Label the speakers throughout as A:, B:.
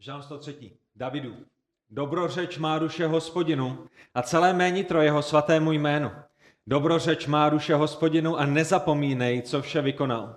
A: Žán 103. Davidu. Dobrořeč má duše hospodinu a celé ménitro jeho svatému jménu. Dobrořeč má duše hospodinu a nezapomínej, co vše vykonal.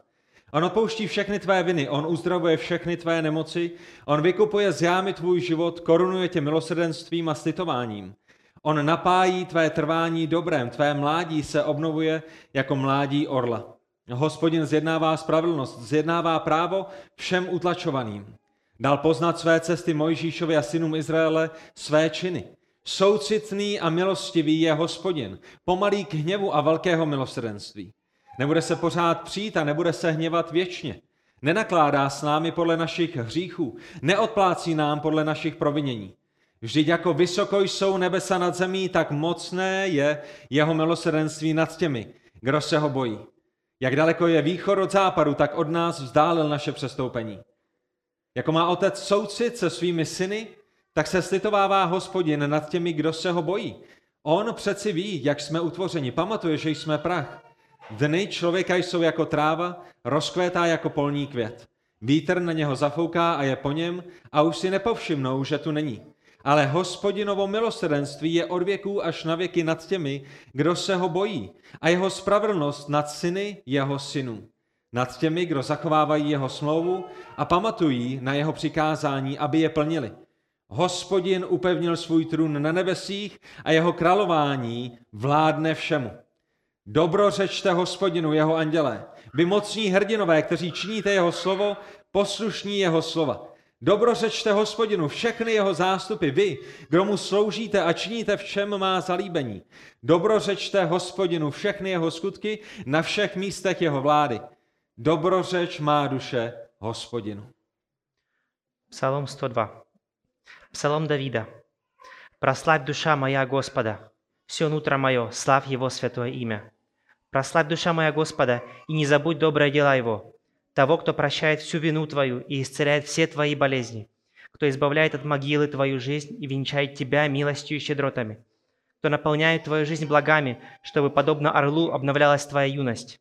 A: On opouští všechny tvé viny, on uzdravuje všechny tvé nemoci, on vykupuje z jámy tvůj život, korunuje tě milosrdenstvím a slitováním. On napájí tvé trvání dobrem, tvé mládí se obnovuje jako mládí orla. Hospodin zjednává spravedlnost, zjednává právo všem utlačovaným. Dal poznat své cesty Mojžíšovi a synům Izraele své činy. Soucitný a milostivý je hospodin, pomalý k hněvu a velkého milosrdenství. Nebude se pořád přijít a nebude se hněvat věčně. Nenakládá s námi podle našich hříchů, neodplácí nám podle našich provinění. Vždyť jako vysoko jsou nebesa nad zemí, tak mocné je jeho milosrdenství nad těmi, kdo se ho bojí. Jak daleko je východ od západu, tak od nás vzdálil naše přestoupení. Jako má otec soucit se svými syny, tak se slitovává hospodin nad těmi, kdo se ho bojí. On přeci ví, jak jsme utvořeni, pamatuje, že jsme prach. Dny člověka jsou jako tráva, rozkvétá jako polní květ. Vítr na něho zafouká a je po něm a už si nepovšimnou, že tu není. Ale hospodinovo milosrdenství je od věků až na věky nad těmi, kdo se ho bojí, a jeho spravedlnost nad syny jeho synů. Nad těmi, kdo zachovávají jeho smlouvu a pamatují na jeho přikázání, aby je plnili. Hospodin upevnil svůj trůn na nebesích a jeho králování vládne všemu. Dobrořečte hospodinu jeho andělé, vy mocní hrdinové, kteří činíte jeho slovo, poslušní jeho slova. Dobrořečte hospodinu všechny jeho zástupy, vy, kdo mu sloužíte a činíte v čem má zalíbení. Dobrořečte hospodinu všechny jeho skutky na všech místech jeho vlády. Dobrořeč má duše hospodinu.
B: Psalm 102. Псалом Давида. «Прославь, душа моя, Господа, все нутро мое, славь Его святое имя. Прославь, душа моя, Господа, и не забудь добрые дела Его, того, кто прощает всю вину Твою и исцеляет все Твои болезни, кто избавляет от могилы Твою жизнь и венчает Тебя милостью и щедротами, кто наполняет Твою жизнь благами, чтобы, подобно орлу, обновлялась Твоя юность.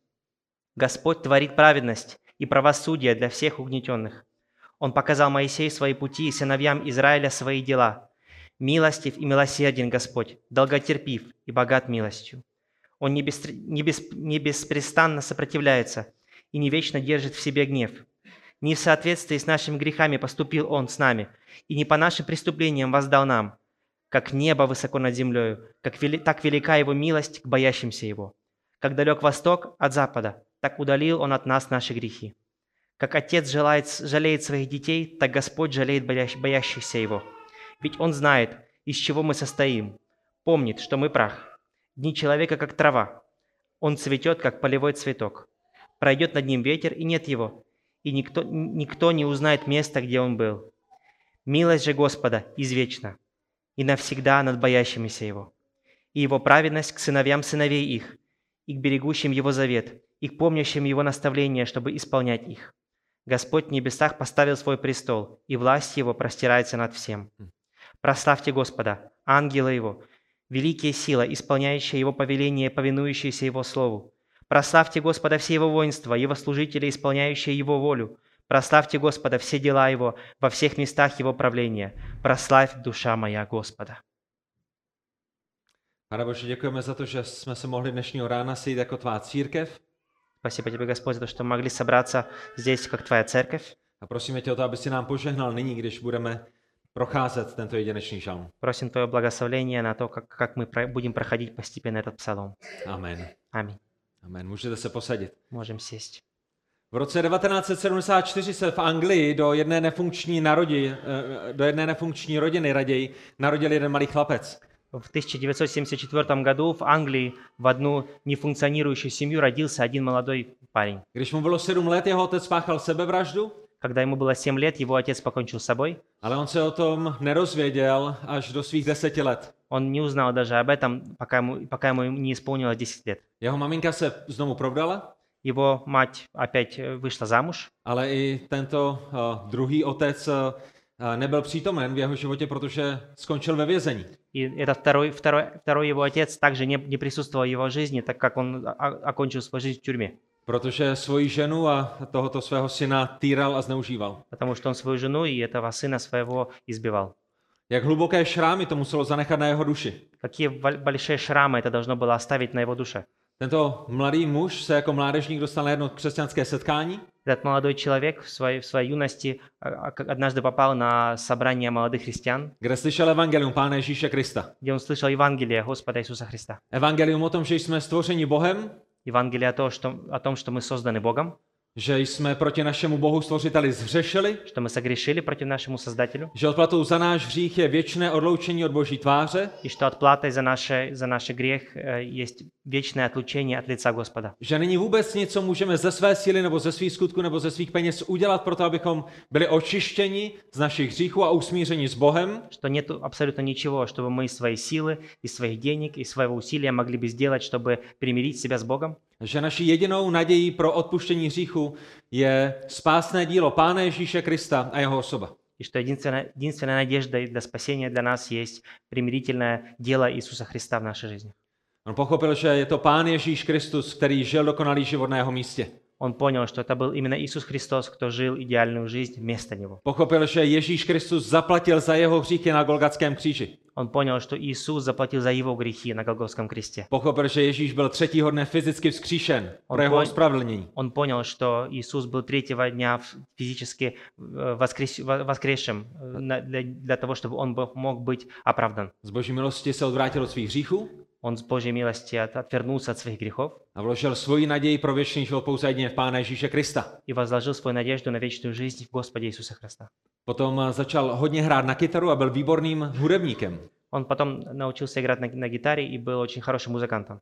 B: Господь творит праведность и правосудие для всех угнетенных. Он показал Моисею свои пути и сыновьям Израиля свои дела. Милостив и милосерден Господь, долготерпив и богат милостью. Он не, бестр- не, бес- не беспрестанно сопротивляется и не вечно держит в себе гнев. Не в соответствии с нашими грехами поступил Он с нами, и не по нашим преступлениям воздал нам. Как небо высоко над землею, как вели- так велика Его милость к боящимся Его. Как далек восток от запада, так удалил Он от нас наши грехи. Как отец желает, жалеет своих детей, так Господь жалеет боящ- боящихся Его. Ведь Он знает, из чего мы состоим. Помнит, что мы прах. Дни человека, как трава. Он цветет, как полевой цветок. Пройдет над ним ветер, и нет его. И никто, н- никто не узнает места, где он был. Милость же Господа извечна. И навсегда над боящимися Его. И Его праведность к сыновьям сыновей их. И к берегущим Его завет. И к помнящим Его наставления, чтобы исполнять их. Господь в небесах поставил свой престол, и власть его простирается над всем. Прославьте Господа, ангела его, великие сила, исполняющая его повеление, и повинующиеся его слову. Прославьте Господа все его воинства, его служители, исполняющие его волю. Прославьте Господа все дела его, во всех местах его правления. Прославь, душа моя, Господа.
A: Pane Bože, děkujeme za to, že jsme se mohli dnešního rána sejít jako tvá církev
B: Спасибо тебе, Господь, за то, что мы могли собраться здесь, как Твоя церковь.
A: a prosíme tě o to, aby si nám požehnal nyní, když budeme procházet tento jedinečný žalm.
B: Просим Твое благословение на то, как, как мы про- будем проходить постепенно этот псалом.
A: Amen.
B: Аминь.
A: Amen. Můžete se posadit.
B: Можем сесть.
A: V roce 1974 se v Anglii do jedné nefunkční, narodi, eh, do jedné nefunkční rodiny raději narodil jeden malý chlapec.
B: В 1974 году в Англии в одну нефункционирующую семью родился один молодой парень.
A: Když mu bylo 7 let, jeho otec páchal sebevraždu,
B: Когда ему было 7 лет, его отец покончил с собой.
A: ale on se o tom nerozvěděl až do svých deseti let.
B: Он не узнал даже об этом, пока ему, пока ему не исполнилось 10 лет.
A: Jeho maminka se znovu provdala,
B: Его мать опять э, вышла замуж,
A: ale i tento eh, druhý otec eh, nebyl přítomen v jeho životě, protože skončil ve vězení.
B: и этот второй, второй, второй его отец также не, не присутствовал в его жизни, так как он о- окончил а, свою жизнь в тюрьме.
A: protože svoji ženu a tohoto svého syna týral a zneužíval.
B: потому что он свою жену и этого сына своего избивал.
A: Jak hluboké šrámy to muselo zanechat na jeho duši.
B: Какие бол- большие шрамы это должно было оставить на его душе.
A: Tento mladý muž se jako mládežník dostal na jedno křesťanské setkání
B: Этот молодой человек в своей, в своей юности а, а, как однажды попал на собрание молодых христиан,
A: kde slyšel evangelium Pána Ježíše Krista.
B: где он слышал Евангелие Господа Иисуса Христа.
A: Evangelium o tom, že jsme stvořeni Bohem,
B: Евангелие о, то, что, о том, что мы созданы Богом,
A: že jsme proti našemu Bohu stvořiteli zhřešili,
B: что мы согрешили против нашему Создателю,
A: že odplatou za náš hřích je věčné odloučení od Boží tváře,
B: и что отплатой за, наше, за наш грех э, есть вечное отлучение от лица Господа.
A: že není vůbec nic, co můžeme ze své síly nebo ze svých skutků nebo ze svých peněz udělat pro to, abychom byli očištěni z našich hříchů a usmířeni s Bohem,
B: Что нет абсолютно ничего, чтобы мы из своей силы, из своих денег, из своего усилия могли бы сделать, чтобы примирить себя с Богом,
A: že naší jedinou nadějí pro odpuštění hříchu je spásné dílo Pána Ježíše Krista a jeho osoba.
B: и что единственная, единственная надежда для спасения для нас есть примирительное дело Иисуса Христа в нашей жизни.
A: On pochopil, že je to Pán Ježíš Kristus, který žil dokonalý život na jeho místě.
B: Он понял, что это был именно Иисус Христос, кто жил идеальную жизнь вместо Него.
A: Pochopil, že Ježíš Kristus zaplatil za jeho hříchy na Golgatském kříži.
B: Он понял, что Иисус заплатил за его грехи на Голгофском кресте.
A: Pochopil, že Ježíš byl třetího dne fyzicky vzkříšen pro
B: On
A: jeho
B: poj-
A: ospravedlnění.
B: Он понял, что Иисус был третьего дня в- физически э, воскрес- во- воскресшим э, на- для, для того, чтобы он был- мог быть оправдан.
A: Z boží milosti se odvrátil od svých hříchů
B: Он с Божьей милости от- отвернулся от своих грехов
A: a vložil svoji naději pro věčný život pouze jedině v Pána Ježíše Krista.
B: и возложил свою надежду на вечную жизнь в Господе Иисуса Христа.
A: Potom eh, začal hodně hrát na kytaru a byl výborným hudebníkem.
B: Он потом научился играть на, на гитаре и был очень хорошим музыкантом.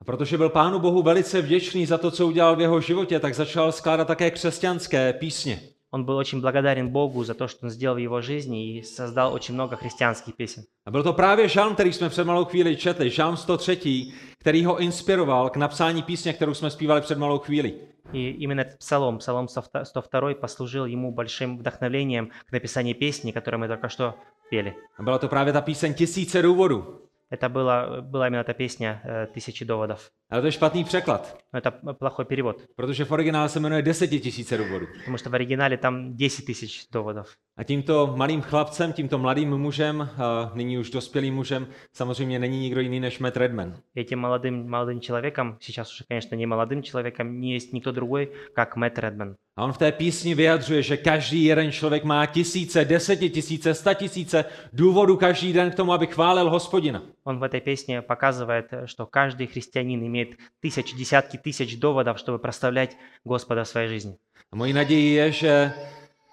A: A protože byl Pánu Bohu velice vděčný za to, co udělal v jeho životě, tak začal skládat také křesťanské písně.
B: Он был очень благодарен Богу за то, что он сделал в его жизни и sozdал очень много христианских песен.
A: A byl to právě žalm, který jsme před malou chvíli četli, žalm 103, který ho inspiroval k napsání písně, kterou jsme zpívali před malou chvíli.
B: И именно этот псалом, псалом 102 102 послужил ему большим вдохновлением к написанию песни, которую мы только что пели.
A: A byla to právě ta píseň Tisíce důvodů.
B: Это была, была именно эта pесня э, «Тысячи доводов».
A: Ale to je špatný překlad,
B: Но это плохой перевод,
A: protože v originále se jmenuje Desetitisíce důvodů.
B: потому что в оригинале там 10 тысяч доводов.
A: A tímto malým chlapcem, tímto mladým mužem, a nyní už dospělým mužem, samozřejmě není nikdo jiný než Matt Redman.
B: И Этим молодым, молодым человеком, сейчас уже, конечно, не молодым человеком, не есть никто другой, как Мэтт Редман.
A: A on v té písni vyjadřuje, že každý jeden člověk má tisíce, desetitisíce, statisíce důvodů každý den k tomu, aby chválil hospodina.
B: Он в этой песне показывает, э, что каждый христианин имеет тысячи, десятки тысяч доводов, чтобы прославлять Господа в своей жизни.
A: A mojí naději je, že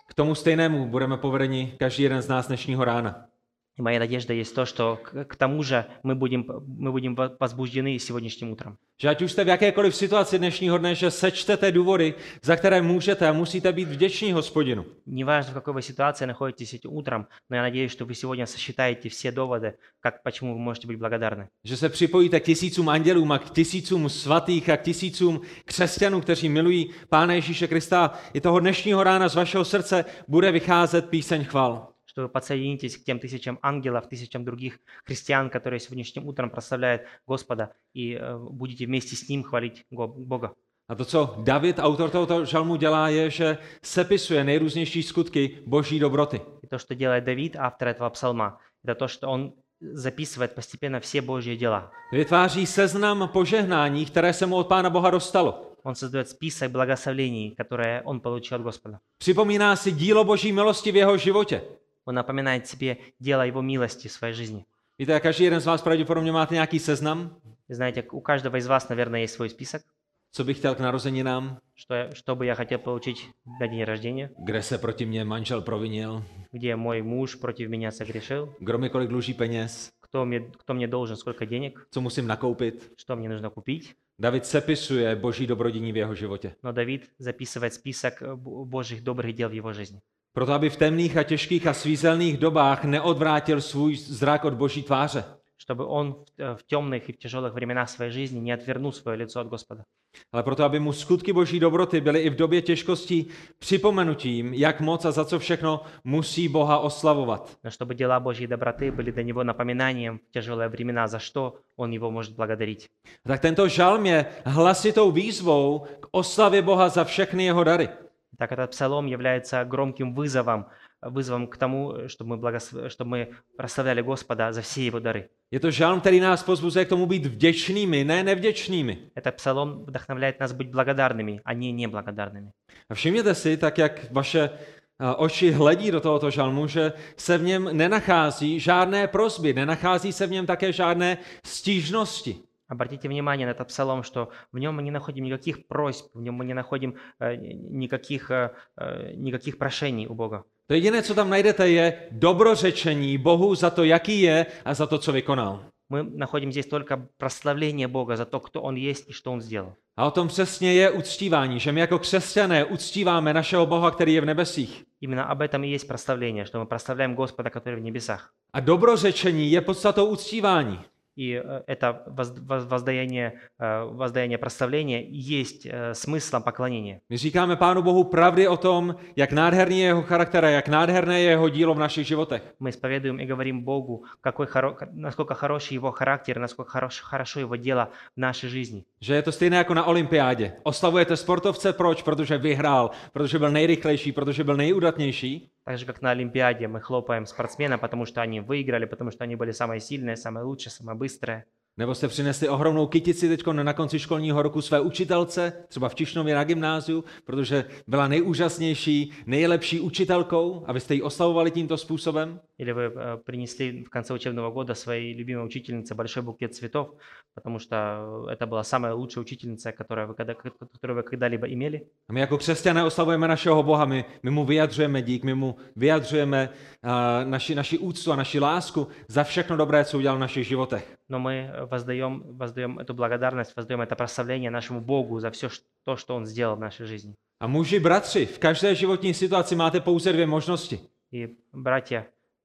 A: k tomu stejnému budeme povedeni každý jeden z nás dnešního rána.
B: И моя надежда есть то, что к, к тому же мы будем, п- мы будем во- возбуждены сегодняшним утром.
A: Že ať už jste v jakékoliv situaci dnešního dne, že sečtete důvody, za které můžete a musíte být vděční hospodinu.
B: Неважно, в какой вы ситуации находитесь этим утром, но я надеюсь, что вы сегодня сосчитаете все доводы, как, почему вы можете быть благодарны.
A: Že se připojíte k tisícům andělům a k tisícům svatých a k tisícům křesťanů, kteří milují Pána Ježíše Krista. I toho dnešního rána z vašeho srdce bude vycházet píseň chval.
B: Что вы подсоединитесь к тем тысячам ангелов, тысячам других христиан, которые сегодняшним утром прославляют Господа, и э, будете вместе с Ним хвалить Го- Бога.
A: A to, co David, autor tohoto žalmu, dělá, je, že sepisuje nejrůznější skutky boží dobroty.
B: И то, что делает Давид, автор этого псалма, это то, что он записывает постепенно все Божьи дела.
A: Vytváří seznam požehnání, které se mu od Pána Boha dostalo.
B: Он создает список благословлений, которые он получил от Господа.
A: Připomíná si dílo Boží milosti v jeho životě.
B: Он напоминает себе дело Его милости в своей жизни.
A: Víte, každý jeden z vás pravděpodobně máte nějaký seznam,
B: Вы Знаете, у каждого из вас, наверное, есть свой список,
A: co bych chtěl k narozeninám,
B: что, я- что бы я хотел получить на день рождения,
A: kde se proti mně manžel provinil,
B: где мой муж против меня согрешил,
A: kdo mi kolik dluží peněz,
B: кто мне, кто мне должен сколько денег,
A: co musím nakoupit.
B: что мне нужно купить.
A: David sepisuje Boží dobrodiní v jeho životě.
B: Но Давид записывает список э, бо- Божьих добрых дел в его жизни.
A: Proto, aby v temných a těžkých a svízelných dobách neodvrátil svůj zrak od Boží tváře.
B: чтобы он в, э, в темных и в тяжелых временах своей жизни не отвернул свое лицо от Господа.
A: ale proto, aby mu skutky boží dobroty byly i v době těžkostí připomenutím, jak moc a za co všechno musí Boha oslavovat.
B: но чтобы дела Божьей доброты были для него напоминанием в тяжелые времена, за что он его может благодарить.
A: Tak tento žalm je hlasitou výzvou k oslavě Boha za všechny jeho dary.
B: Так этот псалом является громким вызовом, вызовом к тому, чтобы мы, благос- чтобы мы прославляли Господа за все его дары.
A: Je to žalm, který nás pozbuzuje k tomu být vděčnými, ne nevděčnými.
B: Этот псалом вдохновляет нас быть благодарными, а не неблагодарными.
A: A všimněte si, tak jak vaše a, oči hledí do tohoto žalmu, že se v něm nenachází žádné prosby, nenachází se v něm také žádné stížnosti.
B: Обратите внимание на этот псалом, что в нем мы не находим никаких просьб, в нем мы не находим э, никаких, э, э, никаких прошений у Бога.
A: To jediné, co tam najdete, je dobrořečení Bohu za to, jaký je a za to, co vykonal.
B: Мы находим здесь только прославление Бога за то, кто Он есть и что Он сделал.
A: A o tom přesně je uctívání, že my jako křesťané uctíváme našeho Boha, který je v nebesích.
B: Именно об этом и есть прославление, что мы прославляем Господа, который в небесах.
A: A dobrořečení je podstatou uctívání.
B: И э, это воз- воз- воздаяние, э, воздаяние прославления и есть э, смыслом поклонения.
A: My říkáme Pánu Bohu pravdy o tom, jak nádherný je jeho charakter a jak nádherné je jeho dílo v našich životech.
B: Мы исповедуем и говорим Богу, какой хоро- ка- насколько хороший Его характер, насколько хорош- хорошо Его дело в нашей жизни.
A: Že je to stejné jako na olympiádě. Oslavujete sportovce, proč? Protože vyhrál, protože byl nejrychlejší, protože byl nejúdatnější.
B: Так же, как на Олимпиаде мы хлопаем спортсменам, потому что они выиграли, потому что они были самые сильные, самые лучшие, самые быстрые.
A: Nebo jste přinesli ohromnou kytici teď na konci školního roku své učitelce, třeba v Čišnově na gymnáziu, protože byla nejúžasnější, nejlepší učitelkou a vy jste ji oslavovali tímto způsobem.
B: Или вы э, принесли в конце учебного года своей любимой учительнице большой букет цветов, потому что э, это была самая лучшая учительница, которая вы когда- ко- которую вы когда-либо имели.
A: A my jako křesťané oslavujeme našeho Boha, my, my mu vyjadřujeme dík, my mu vyjadřujeme uh, naši, naši úctu a naši lásku za všechno dobré, co udělal v našich životech.
B: Но мы воздаем, воздаем эту благодарность, воздаем это прославление нашему Богу за все то, что Он сделал в нашей жизни.
A: A muži, bratři, v každé životní situaci máte pouze dvě možnosti.
B: И, братья,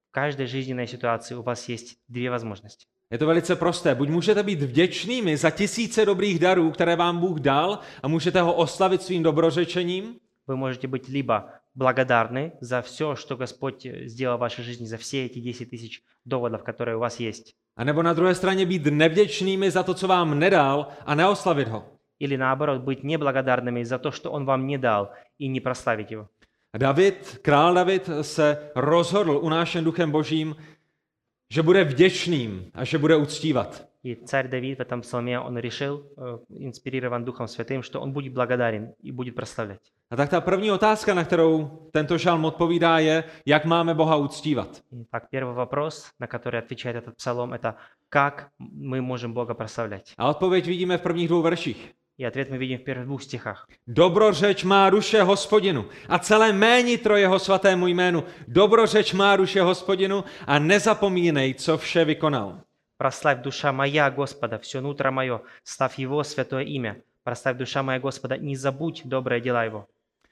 B: в каждой жизненной ситуации у вас есть две возможности.
A: Je to velice prosté. Buď můžete být vděčnými za tisíce dobrých darů, které vám Bůh dal a můžete ho oslavit svým dobrořečením,
B: Вы можете быть либо благодарны за все, что Господь э, сделал в вашей жизни, за все эти 10 тысяч доводов, которые у вас есть.
A: anebo na druhé straně být nevděčnými za to, co vám nedal a neoslavit ho.
B: или наоборот быть неблагодарными за то, что Он вам не дал, и не прославить Его.
A: A David, král David se rozhodl unášen duchem božím, že bude vděčným a že bude uctívat.
B: И царь Давид в этом псалме, он решил, э, инспирирован Духом Святым, что он будет благодарен и будет прославлять.
A: A tak ta první otázka, na kterou tento žalm odpovídá, je, jak máme Boha uctívat.
B: Итак, первый вопрос, на который отвечает этот псалом, это как мы можем Бога прославлять?
A: A odpověď vidíme v prvních dvou verších.
B: И ответ мы видим в первых двух стихах.
A: Dobrořeč má duše hospodinu a celé mé nitro jeho svatému jménu. Dobrořeč má duše hospodinu a nezapomínej, co vše vykonal.
B: «Прославь, душа моя Господа, все нутро мое, славь Его святое имя. Прославь, душа моя Господа, не забудь добрые дела Его».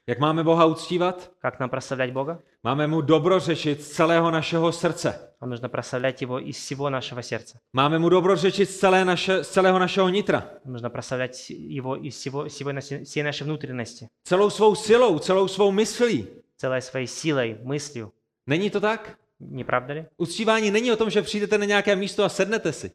A: Jak máme Boha uctívat?
B: Как нам прославлять Бога?
A: Máme mu dobrořečit z celého našeho srdce.
B: Нам нужно прославлять Его из всего našего сердца.
A: Máme mu dobrořečit z, celé naše, z celého našeho nitra.
B: Нужно прославлять Его из всего, всего на- всей нашей внутренности,
A: Celou svou silou, celou svou myslí.
B: целой своей силой, мыслью.
A: Není to tak?
B: Не правда ли?
A: Uctívání není o tom, že přijdete на nějaké místo a sednete si.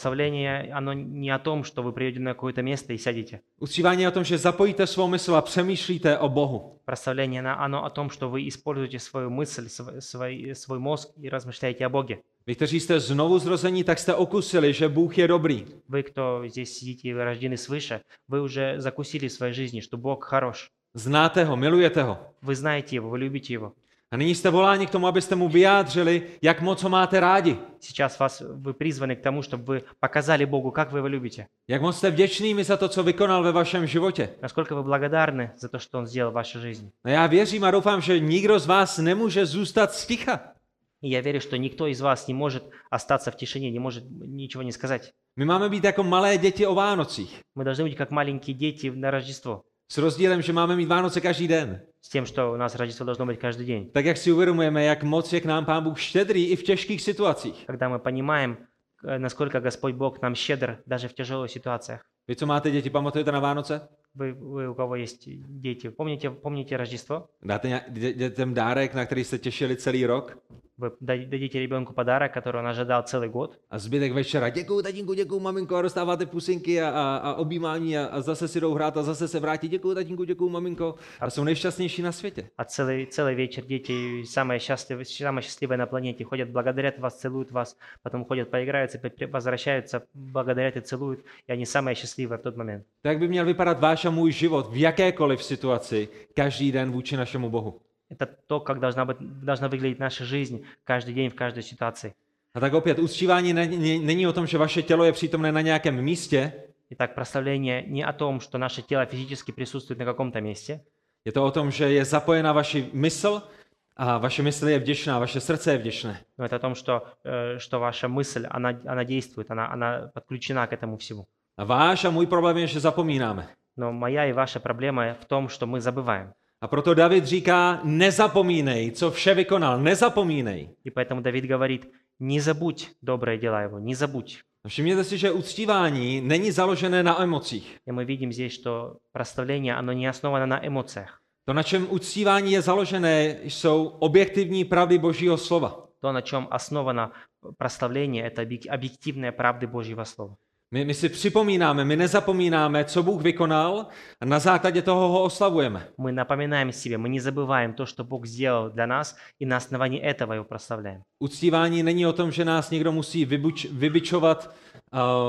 B: Прославление, оно не о том, что вы приедете на какое-то место и сядете.
A: Uctívání je o tom, že zapojíte svou mysl a přemýšlíte o Bohu.
B: Прославление, оно, оно о том, что вы используете свою мысль, св- свой, свой мозг и размышляете о Боге.
A: Vy, kteří jste znovu zrození, tak jste okusili, že Bůh je dobrý.
B: Вы, кто здесь сидите и вы рождены свыше, вы уже закусили в своей жизни, что Бог хорош.
A: Znáte ho, milujete ho.
B: Вы знаете Его, вы любите Его.
A: A nyní jste voláni k tomu, abyste mu vyjádřili, jak moc ho máte rádi.
B: Сейчас вас, вы призваны к тому, чтобы вы показали Богу, как вы Его любите.
A: Jak moc jste vděčnými za to, co vykonal ve vašem životě.
B: Насколько вы благодарны за то, что Он сделал в вашей жизни.
A: A já věřím a doufám, že nikdo z vás nemůže zůstat sticha.
B: И я верю, что никто из вас не может остаться в тишине, не может ничего не сказать.
A: My máme být jako malé děti o Vánocích.
B: Мы должны быть как маленькие дети на Рождество,
A: S rozdílem, že máme mít Vánoce každý den.
B: с тем, что у нас Рождество должно быть каждый день.
A: Tak jak si uvědomujeme, jak moc je k nám Pán Bůh štědrý i v těžkých situacích.
B: Когда мы понимаем, э, насколько Господь Бог нам щедр даже в тяжелых ситуациях.
A: Vy, co máte děti, pamatujete na Vánoce?
B: Вы, вы у кого есть дети, помните, помните Рождеstvo?
A: Dáte nějak- dě- dětem dárek, на který jste těšili celý rok?
B: Вы да- дадите ребенку подарок, который он ожидал целый год,
A: A zbytek večera, děkuju tatínku, děkuju maminko, a dostáváte pusinky a, a, a objímání a, a zase si jdou hrát a zase se vrátí, děkuju tatínku, děkuju maminko a jsou nejšťastnější na světě.
B: а целый, целый вечер дети самые счастливые, самые счастливые на планете ходят, благодарят вас, целуют вас, потом ходят, поиграются, пе- пе- возвращаются, благодарят и целуют, и они самые счастливые в тот момент.
A: Tak by měl vypadat váš a můj život v jakékoliv situaci, každý den vůči našemu Bohu.
B: Это то, как должна, быть, должна выглядеть наша жизнь каждый день, в каждой ситуации.
A: A tak opět, uctívání ne- ne- není o tom, že vaše tělo je přítomné na nějakém místě,
B: Итак, прославление не о том, что наше тело физически присутствует на каком-то месте.
A: je to o tom, že je zapojena vaši mysl a vaše mysl je vděčná, vaše srdce je vděčné.
B: Но это о том, что, э, что ваша мысль, она, она действует, она, она подключена к этому всему.
A: A váš a můj problém je, že zapomínáme.
B: Но моя и ваша проблема в том, что мы забываем.
A: A proto David říká, nezapomínej, co vše vykonal, nezapomínej.
B: И поэтому Давид говорит, не zabudь добрые дела его, не забудь.
A: Všimněte si, že uctívání není založené na emocích.
B: И мы видим здесь, что прославление, оно не основано на эмоциях.
A: To, na čem uctívání je založené, jsou objektivní pravdy Božího slova.
B: То, на чем основано прославление, это объек- объективные правды Божьего Слова.
A: My, my si připomínáme, my nezapomínáme, co Bůh vykonal a na základě toho ho oslavujeme.
B: Мы напоминаем себе, мы не забываем то, что Бог сделал для нас, и на основании этого его прославляем.
A: Uctívání není o tom, že nás někdo musí vybuč, vybičovat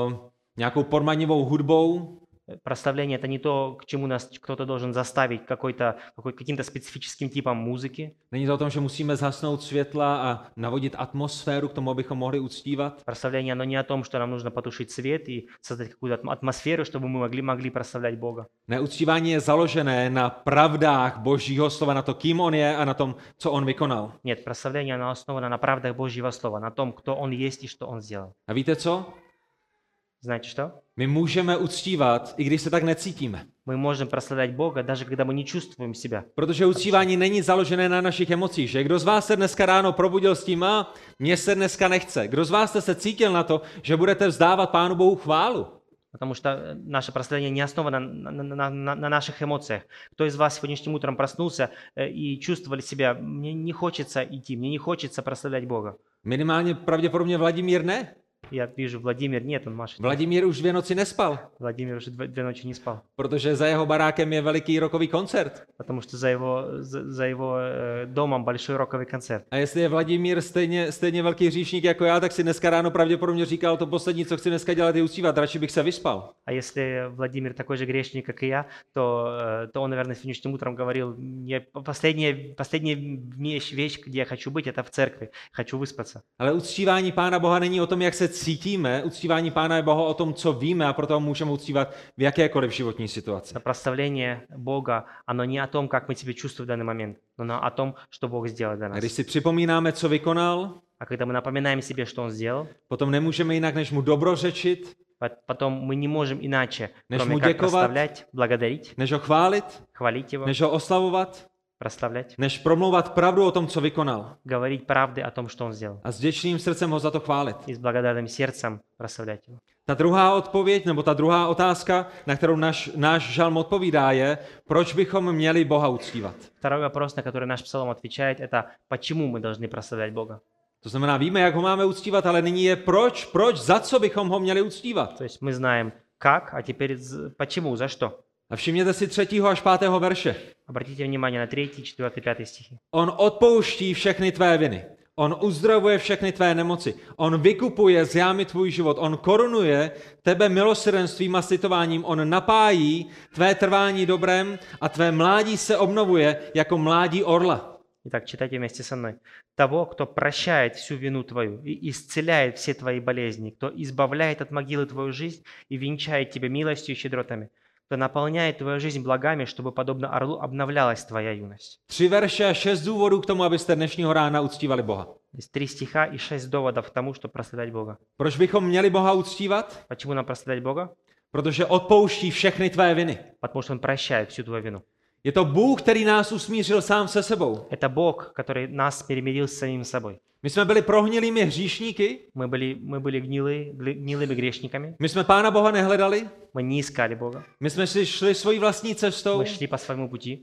A: uh, nějakou podmanivou hudbou,
B: Э, Прославление – это не то, к чему нас кто-то должен заставить какой-то, какой, каким-то специфическим типом музыки.
A: není to o tom, že musíme zhasnout světla a navodit atmosféru k tomu, abychom mohli uctívat.
B: Прославление, оно не о том, что нам нужно потушить свет и создать какую-то атм- атмосферу, чтобы мы могли, могли прославлять Бога.
A: Ne, uctívání je založené na pravdách Božího slova, na to, kým on je a na tom, co on vykonal.
B: Нет, прославление, оно основано на правдах Божьего Слова, на том, кто Он есть и что Он сделал.
A: A víte co?
B: Знаете что?
A: My můžeme uctívat, i když se tak necítíme.
B: Мы можем прославлять Бога, даже когда мы не čувствуем себя.
A: Protože uctívání není založené na našich emocích. Že kdo z vás se dneska ráno probudil s tím, a mně se dneska nechce. Kdo z vás jste se cítil na to, že budete vzdávat Pánu Bohu chválu?
B: Потому что э, наше прославление не основано на, на- на- на- на наших эмоциях. Кто из вас сегодняшним утром проснулся э, и чувствовали себя, мне не хочется идти, мне не хочется прославлять Бога.
A: Minimálně pravděpodobně Vladimír ne.
B: Я vижу, Владимир, нет, он машет.
A: Vladimír už dvě noci nespal,
B: Владимир уже дв- две ночи не спал,
A: protože za jeho barákem je veliký rokový koncert.
B: потому что за его, за, за его э, домом большой роковый концерт.
A: A jestli je Vladimír stejně, stejně velký hříšník jako já, tak si dneska ráno pravděpodobně říkal, to poslední, co chci dneska dělat, je uctívat, radši bych se vyspal.
B: А если Владимир такой же грешник, как и я, то, э, то он, наверное, сегодняшним утром говорил, «Мне п- последняя, последняя вещь, вещь, где я хочу быть, это в церкви, хочу выспаться.
A: Ale uctívání Pána Boha není o tom, jak se cítíme, uctívání Pána Boha o tom, co víme a proto ho můžeme uctívat v jakékoliv životní situaci.
B: Но прославление Бога, оно не о том, как мы себя чувствуем в данный момент, но на- о том, что Бог сделал для
A: A když
B: нас.
A: si připomínáme, co vykonal,
B: А когда мы напоминаем себе, что Он сделал,
A: potom немůžeme jinak, než mu dobrořečit,
B: по- потом мы не можем иначе,
A: Значит,
B: кроме
A: ему
B: как
A: дяковать.
B: прославлять, благодарить,
A: než ho chválit,
B: хвалить Его,
A: než ho oslavovat,
B: прославлять,
A: než promlouvat pravdu o tom, co vykonal.
B: говорить правды о том, что Он сделал.
A: a s vděčným srdcem ho za to chválit.
B: И с благодарным сердцем прославлять Его.
A: Ta druhá odpověď, nebo ta druhá otázka, na kterou náš, náš žalm odpovídá, je, proč bychom měli Boha uctívat.
B: Второй вопрос, на который наш псалом отвечает, это почему мы должны прославлять Бога?
A: To znamená, víme, jak ho máme uctívat, ale nyní je proč, proč, za co bychom ho měli uctívat.
B: То есть мы знаем как, а теперь з- почему, за что.
A: A všimněte si třetího až pátého verše.
B: Обратите внимание на 3, 4, 5 стихи.
A: On odpouští všechny tvé viny. On uzdravuje všechny tvé nemoci. On vykupuje z jámy tvůj život. On korunuje tebe milosrdenstvím a citováním. On napájí tvé trvání dobrem a tvé mládí se obnovuje jako mládí orla.
B: Итак, читайте вместе со мной. «Того, кто прощает всю вину твою и исцеляет все твои болезни, кто избавляет от могилы твою жизнь и венчает тебя милостью и щедротами, кто наполняет твою жизнь благами, чтобы, подобно орлу, обновлялась твоя юность».
A: Tři verše a šest důvodů k tomu, abyste dnešního rána uctívali Boha.
B: То есть три стиха и шесть доводов к тому, чтобы прославлять Бога.
A: Proč bychom měli Boha uctívat?
B: Почему нам прославлять Бога?
A: Protože odpouští všechny tvé viny.
B: Потому что Он прощает всю твою вину.
A: Je to Bůh, který nás usmířil sám se sebou.
B: Это Бог, который нас перемирил с самим собой.
A: My jsme byli prohnilými hříšníky,
B: Мы были, мы были гнилые, гли- гнилыми грешниками,
A: my jsme Pána Boha nehledali,
B: мы не искали Бога,
A: my jsme si šli svojí vlastní cestou,
B: мы шли по своему пути,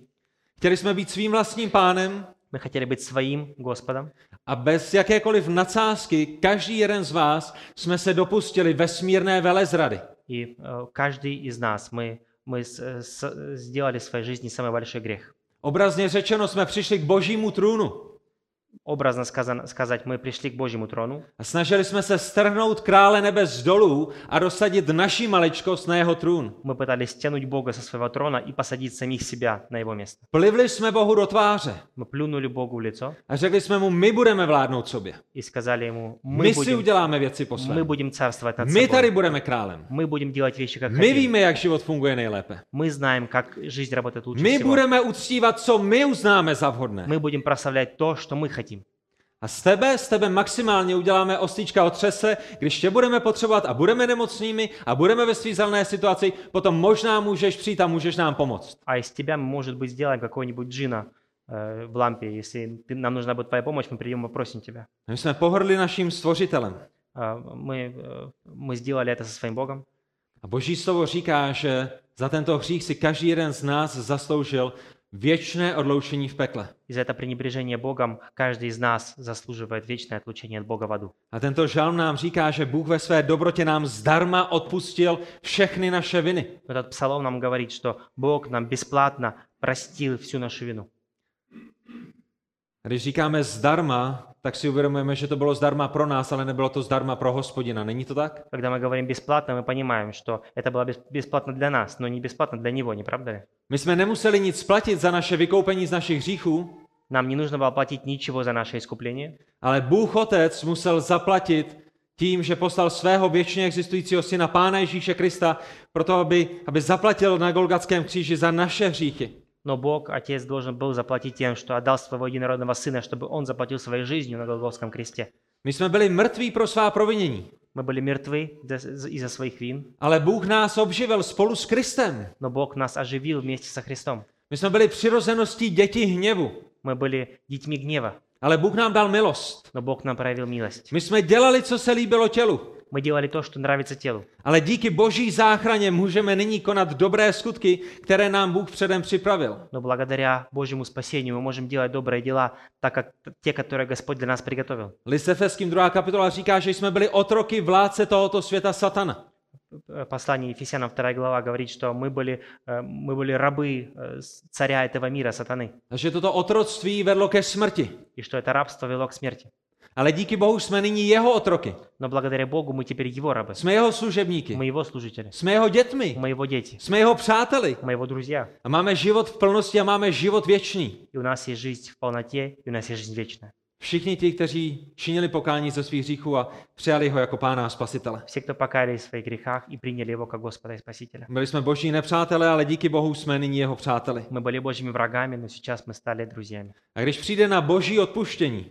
A: chtěli jsme být svým vlastním pánem
B: мы хотели быть своим Господом.
A: a bez jakékoliv nadsázky, každý jeden z vás jsme se dopustili vesmírné velezrady.
B: И э, каждый из нас, мы, мы с- э, с- сделали в своей жизни самый большой грех.
A: Obrazně řečeno jsme přišli k božímu trůnu
B: Образно сказано, сказать, мы пришли к Божьему трону
A: a snažili jsme se strhnout krále nebe z dolů a dosadit naši maličkost na jeho trůn.
B: Мы пытались тянуть Бога со своего трона и посадить самих себя на его место.
A: Plivli jsme Bohu do tváře
B: Мы плюнули Богу в лицо
A: a řekli jsme mu, my budeme vládnout sobě.
B: и сказали ему, мы,
A: My si
B: будем,
A: uděláme věci po
B: мы
A: svém.
B: будем царствовать над
A: My
B: собой.
A: tady budeme králem.
B: Мы будем делать вещи, как
A: My
B: хотим.
A: víme, jak život funguje nejlépe.
B: Мы знаем, как жизнь работает лучше
A: My
B: всего.
A: budeme uctívat, co my uznáme za vhodné.
B: Мы будем прославлять то, что мы хотим.
A: A z tebe, z tebe maximálně uděláme ostička od třese, když tě budeme potřebovat a budeme nemocnými a budeme ve svízelné situaci, potom možná můžeš přijít a můžeš nám pomoct.
B: А из тебя мы, может быть, сделаем какого-нибудь джина э, в лампе. Если ты- нам нужна будет твоя помощь, мы придем и попросим тебя.
A: My jsme pohrdli naším stvořitelem.
B: А, Мы, э, мы сделали это со своим Богом.
A: A boží slovo říká, že za tento hřích si každý jeden z nás zasloužil věčné odloučení v pekle.
B: И за это пренебрежение Богом каждый из нас заслуживает вечное отлучение от Бога в аду.
A: A tento žalm nám říká, že Bůh ve své dobrotě nám zdarma odpustil všechny naše viny.
B: Но Этот псалом нам говорит, что Бог нам бесплатно простил всю нашу вину.
A: A Když říkáme zdarma, tak si uvědomujeme, že to bylo zdarma pro nás, ale nebylo to zdarma pro hospodina. Není to tak?
B: Когда мы говорим бесплатно, мы понимаем, что это было бес- бесплатно для нас, но не бесплатно для Него, не правда ли?
A: My jsme nemuseli nic platit za naše vykoupení z našich hříchů,
B: Нам не нужно было платить ничего за наше искупление,
A: ale Bůh Otec musel zaplatit tím, že poslal svého věčně existujícího syna Pána Ježíše Krista, proto aby, aby zaplatil na Golgatském kříži za naše hříchy.
B: но Бог, Отец, должен был заплатить тем, что отдал своего единородного Сына, чтобы Он заплатил своей жизнью на Голгофском кресте.
A: My jsme byli mrtví pro svá provinění,
B: Мы были мертвы за- за- из-за своих вин,
A: ale Bůh nás obživil spolu s Kristem.
B: но Бог нас оживил вместе со Христом.
A: My jsme byli přirozeností děti hněvu,
B: Мы были детьми гнева,
A: ale Bůh nám dal milost.
B: но Бог нам проявил милость.
A: My jsme dělali, co se líbilo tělu,
B: Мы делали то, что нравится телу.
A: Ale díky boží záchraně můžeme nyní konat dobré skutky, které nám Bůh předem připravil.
B: Но благодаря Божьему спасению мы можем делать добрые дела, так как т- те, которые Господь для нас приготовил.
A: List Efeským 2. kapitola říká, že jsme byli otroky vládce tohoto světa satana.
B: Э, Послание Ефесянам 2 глава говорит, что мы были, э, мы были рабы э, с- царя этого мира, сатаны,
A: A že toto otroctví vedlo ke smrti.
B: и что это рабство вело к смерти.
A: Ale díky Bohu jsme nyní jeho otroky.
B: Но благодаря Богу мы теперь его рабы.
A: Jsme jeho služebníky.
B: Мы его служители,
A: Jsme jeho dětmi.
B: мы его дети,
A: Jsme jeho přáteli.
B: мы его друзья.
A: A máme život v plnosti a máme život věčný.
B: И у нас есть жизнь в полноте, и у нас есть жизнь вечная.
A: Všichni ti, kteří činili pokání ze svých hříchů a přijali ho jako pána a spasitele.
B: Все, кто покаялись в своих грехах и приняли его как Господа и Спасителя.
A: Byli jsme boží nepřátelé, ale díky Bohu jsme nyní jeho přáteli.
B: Мы были Божьими врагами, но сейчас мы стали друзьями.
A: A když přijde na boží odpuštění,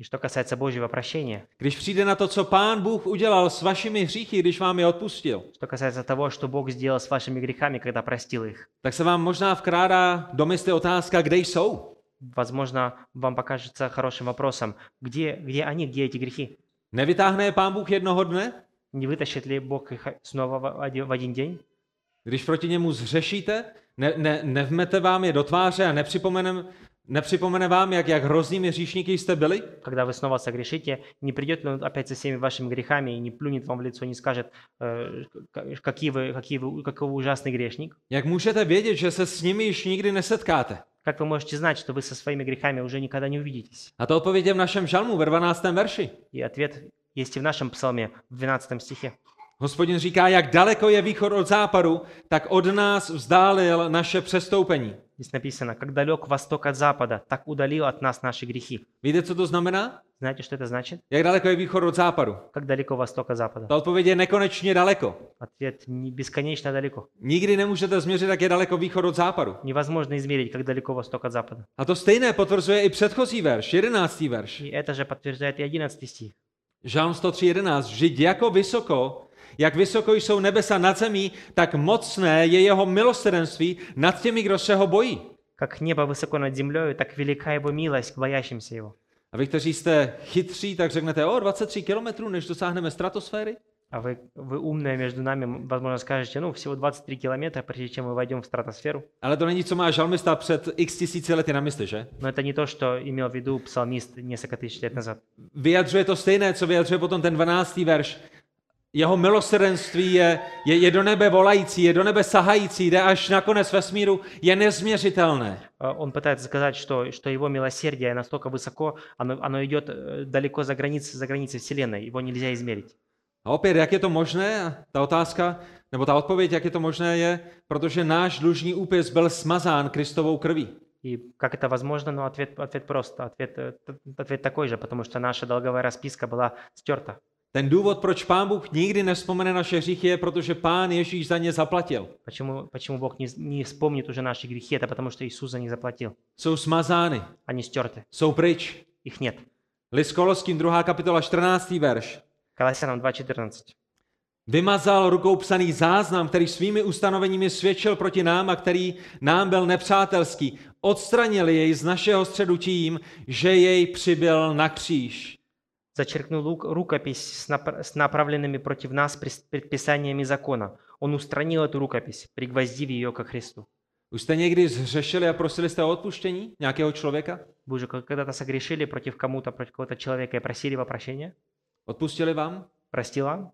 B: И что касается Божьего прощения,
A: Když přijde na to, co pán Bůh udělal s vašimi hříchy, když vám je odpustil,
B: что касается того, что Бог сделал с вашими грехами, когда простил их,
A: tak se vám možná vkrádá do mysli otázka, kde jsou.
B: возможно, вам покажется хорошим вопросом, где, где они, где эти грехи?
A: Nevytáhne je pán Bůh jednoho dne?
B: Не вытащит ли Бог их снова в один, в один день?
A: Když proti němu zřešíte, ne, ne, nevmete vám je do tváře a nepřipomene, nepřipomene vám, jak, jak hroznými hříšníky jste byli?
B: Когда вы снова согрешите, не придет ли он опять со всеми вашими грехами и не плюнет вам в лицо, не скажет, э, к- какие вы, какие вы, какой вы ужасный грешник?
A: Jak můžete vědět, že se s nimi již nikdy nesetkáte?
B: Как вы можете знать, что вы со своими грехами уже никогда не увидитесь?
A: A to odpověď je v našem žalmu ve 12. verši.
B: И ответ есть и в нашем псалме, в 12 стихе.
A: Hospodin říká, jak daleko je východ od západu, tak od nás vzdálil naše přestoupení.
B: Здесь написано, «Как далек восток от запада, так удалил от нас наши грехи».
A: Víte, co to znamená?
B: Знаете, что это значит?
A: Jak daleko je východ od západu?
B: Как далеко восток от запада?
A: Ta odpověď je nekonečně daleko.
B: Ответ не бесконечно далеко.
A: Nikdy nemůžete změřit, jak je daleko východ od západu.
B: Невозможно измерить, как далеко восток от запада.
A: A to stejné potvrzuje i předchozí verš, 11. verš.
B: И это же подтверждает и 11 стих.
A: Žálm 103.11. Žid jako vysoko, jak vysoko jsou nebesa nad zemí, tak mocné je jeho milosrdenství nad těmi, kdo se ho bojí.
B: Как небо высоко над землей, так велика его милость к боящимся его.
A: A vy, kteří jste chytří, tak řeknete, o, 23 kilometrů, než dosáhneme stratosféry?
B: А вы, вы умные между нами, м, возможно, скажете, ну, всего 23 километра, прежде чем мы войдем в стратосферу.
A: Ale to není, co má žalmista před x tisíci lety na mysli, že?
B: Но это не то, что имел в виду псалмист несколько тысяч лет назад.
A: Vyjadřuje to stejné, co vyjadřuje potom ten 12. verš. Jeho milosrdenství je, je, je do nebe volající, je do nebe sahající, jde až na konec vesmíru, je nezměřitelné.
B: Э, Он пытается сказать, что, что его милосердие настолько высоко, оно, оно идет э, далеко за границы, за границы Вселенной, его нельзя измерить.
A: A opět, jak je to možné? A Ta otázka, nebo ta odpověď, jak je to možné, je, protože náš dlužní úpis byl smazán Kristovou krví.
B: И как это возможно? Ну, ответ, ответ прост, ответ, э, т- ответ такой же, потому что наша долговая расписка была стерта.
A: Ten důvod, proč Pán Bůh nikdy nespomene naše hříchy, je, protože Pán Ježíš za ně zaplatil.
B: Почему, почему Бог не, с- не вспомнит уже наши грехи? Это потому, что Иисус за них заплатил.
A: Jsou smazány,
B: Они стерты,
A: jsou pryč.
B: их нет.
A: List Koloským 2. kapitola 14. verš.
B: Колоссянам 2.14.
A: Vymazal rukou psaný záznam, který svými ustanoveními svědčil proti nám a který nám byl nepřátelský. Odstranili jej z našeho středu tím, že jej přibyl na kříž.
B: Зачеркнул лук- рукопись с, напр- с направленными против нас прес- предписаниями закона. Он устранил эту рукопись, пригвоздив ее ко Христу.
A: Už jste někdy zřešili a prosili jste o odpuštění nějakého člověka?
B: Вы уже ка- когда-то согрешили против кому-то, против какого-то человека и просили его прощения?
A: Odpustili vám?
B: Простила?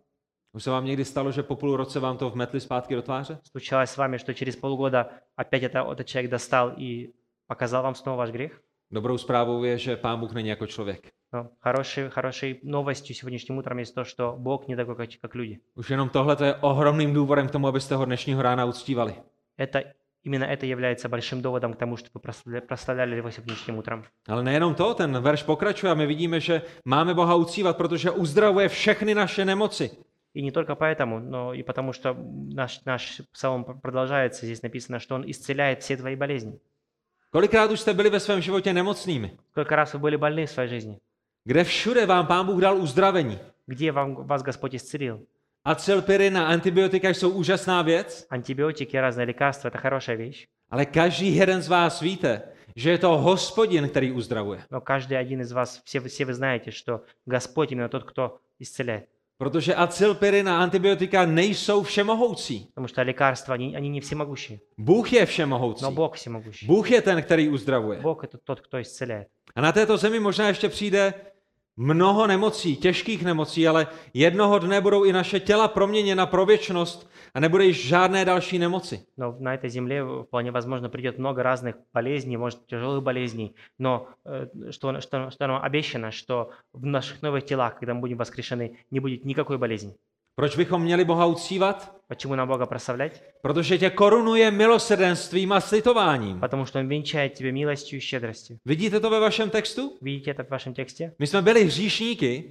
A: Už se vám někdy stalo, že po půl roce vám to vmetli zpátky do tváře?
B: Случалось с вами, что через полгода опять это, этот человек достал и показал вам снова ваш грех?
A: Dobrou zprávou je, že Pán Bůh není jako člověk.
B: Но хорошей, хорошей новостью сегодняшним утром есть то, что Бог не такой, как, как люди.
A: Už jenom tohle je ohromným důvodem k tomu, abyste ho dnešního rána uctívali.
B: Это, именно это является большим доводом к тому, что вы прославля- прославляли его сегодняшним утром.
A: Ale nejenom to, ten verš pokračuje a my vidíme, že máme Boha uctívat, protože uzdravuje všechny naše nemoci.
B: И не только поэтому, но и потому, что наш, наш псалом пр- продолжается. Здесь написано, что он исцеляет все твои болезни.
A: Kolikrát už jste byli ve svém životě nemocnými?
B: Сколько раз вы были больны в своей жизни?
A: Kde všude vám Pán Bůh dal uzdravení?
B: Где вам, вас Господь исцелил?
A: Acylpirina, antibiotika jsou úžasná věc,
B: Антибиотики, разные лекарства – это хорошая вещь,
A: ale každý jeden z vás víte, že je to hospodin, který uzdravuje.
B: но каждый один из вас, все, вы- все вы знаете, что Господь именно тот, кто исцеляет.
A: Protože acylpirina, antibiotika nejsou všemohoucí.
B: Потому что лекарства, они, они не всемогущие,
A: Bůh je
B: но
A: všemohoucí.
B: Бог всемогущий.
A: Bůh je ten, který uzdravuje.
B: Бог – это тот, кто исцеляет.
A: A na této zemi možná ještě přijde mnoho nemocí, těžkých nemocí, ale jednoho dne budou i naše těla proměněna pro věčnost a nebude již žádné další nemoci.
B: Но на этой земле э, вполне возможно придет много разных болезней, может, тяжелых болезней, но э, что, что, что нам обещано, что в наших новых телах, когда мы будем воскрешены, не будет никакой болезни.
A: Proč bychom měli Boha uctívat?
B: Почему нам Бога прославлять?
A: Protože tě korunuje milosrdenstvím a slitováním.
B: Потому что Он венчает тебя милостью и щедростью.
A: Vidíte to ve vašem textu?
B: Видите это в вашем тексте?
A: My jsme byli hříšníky,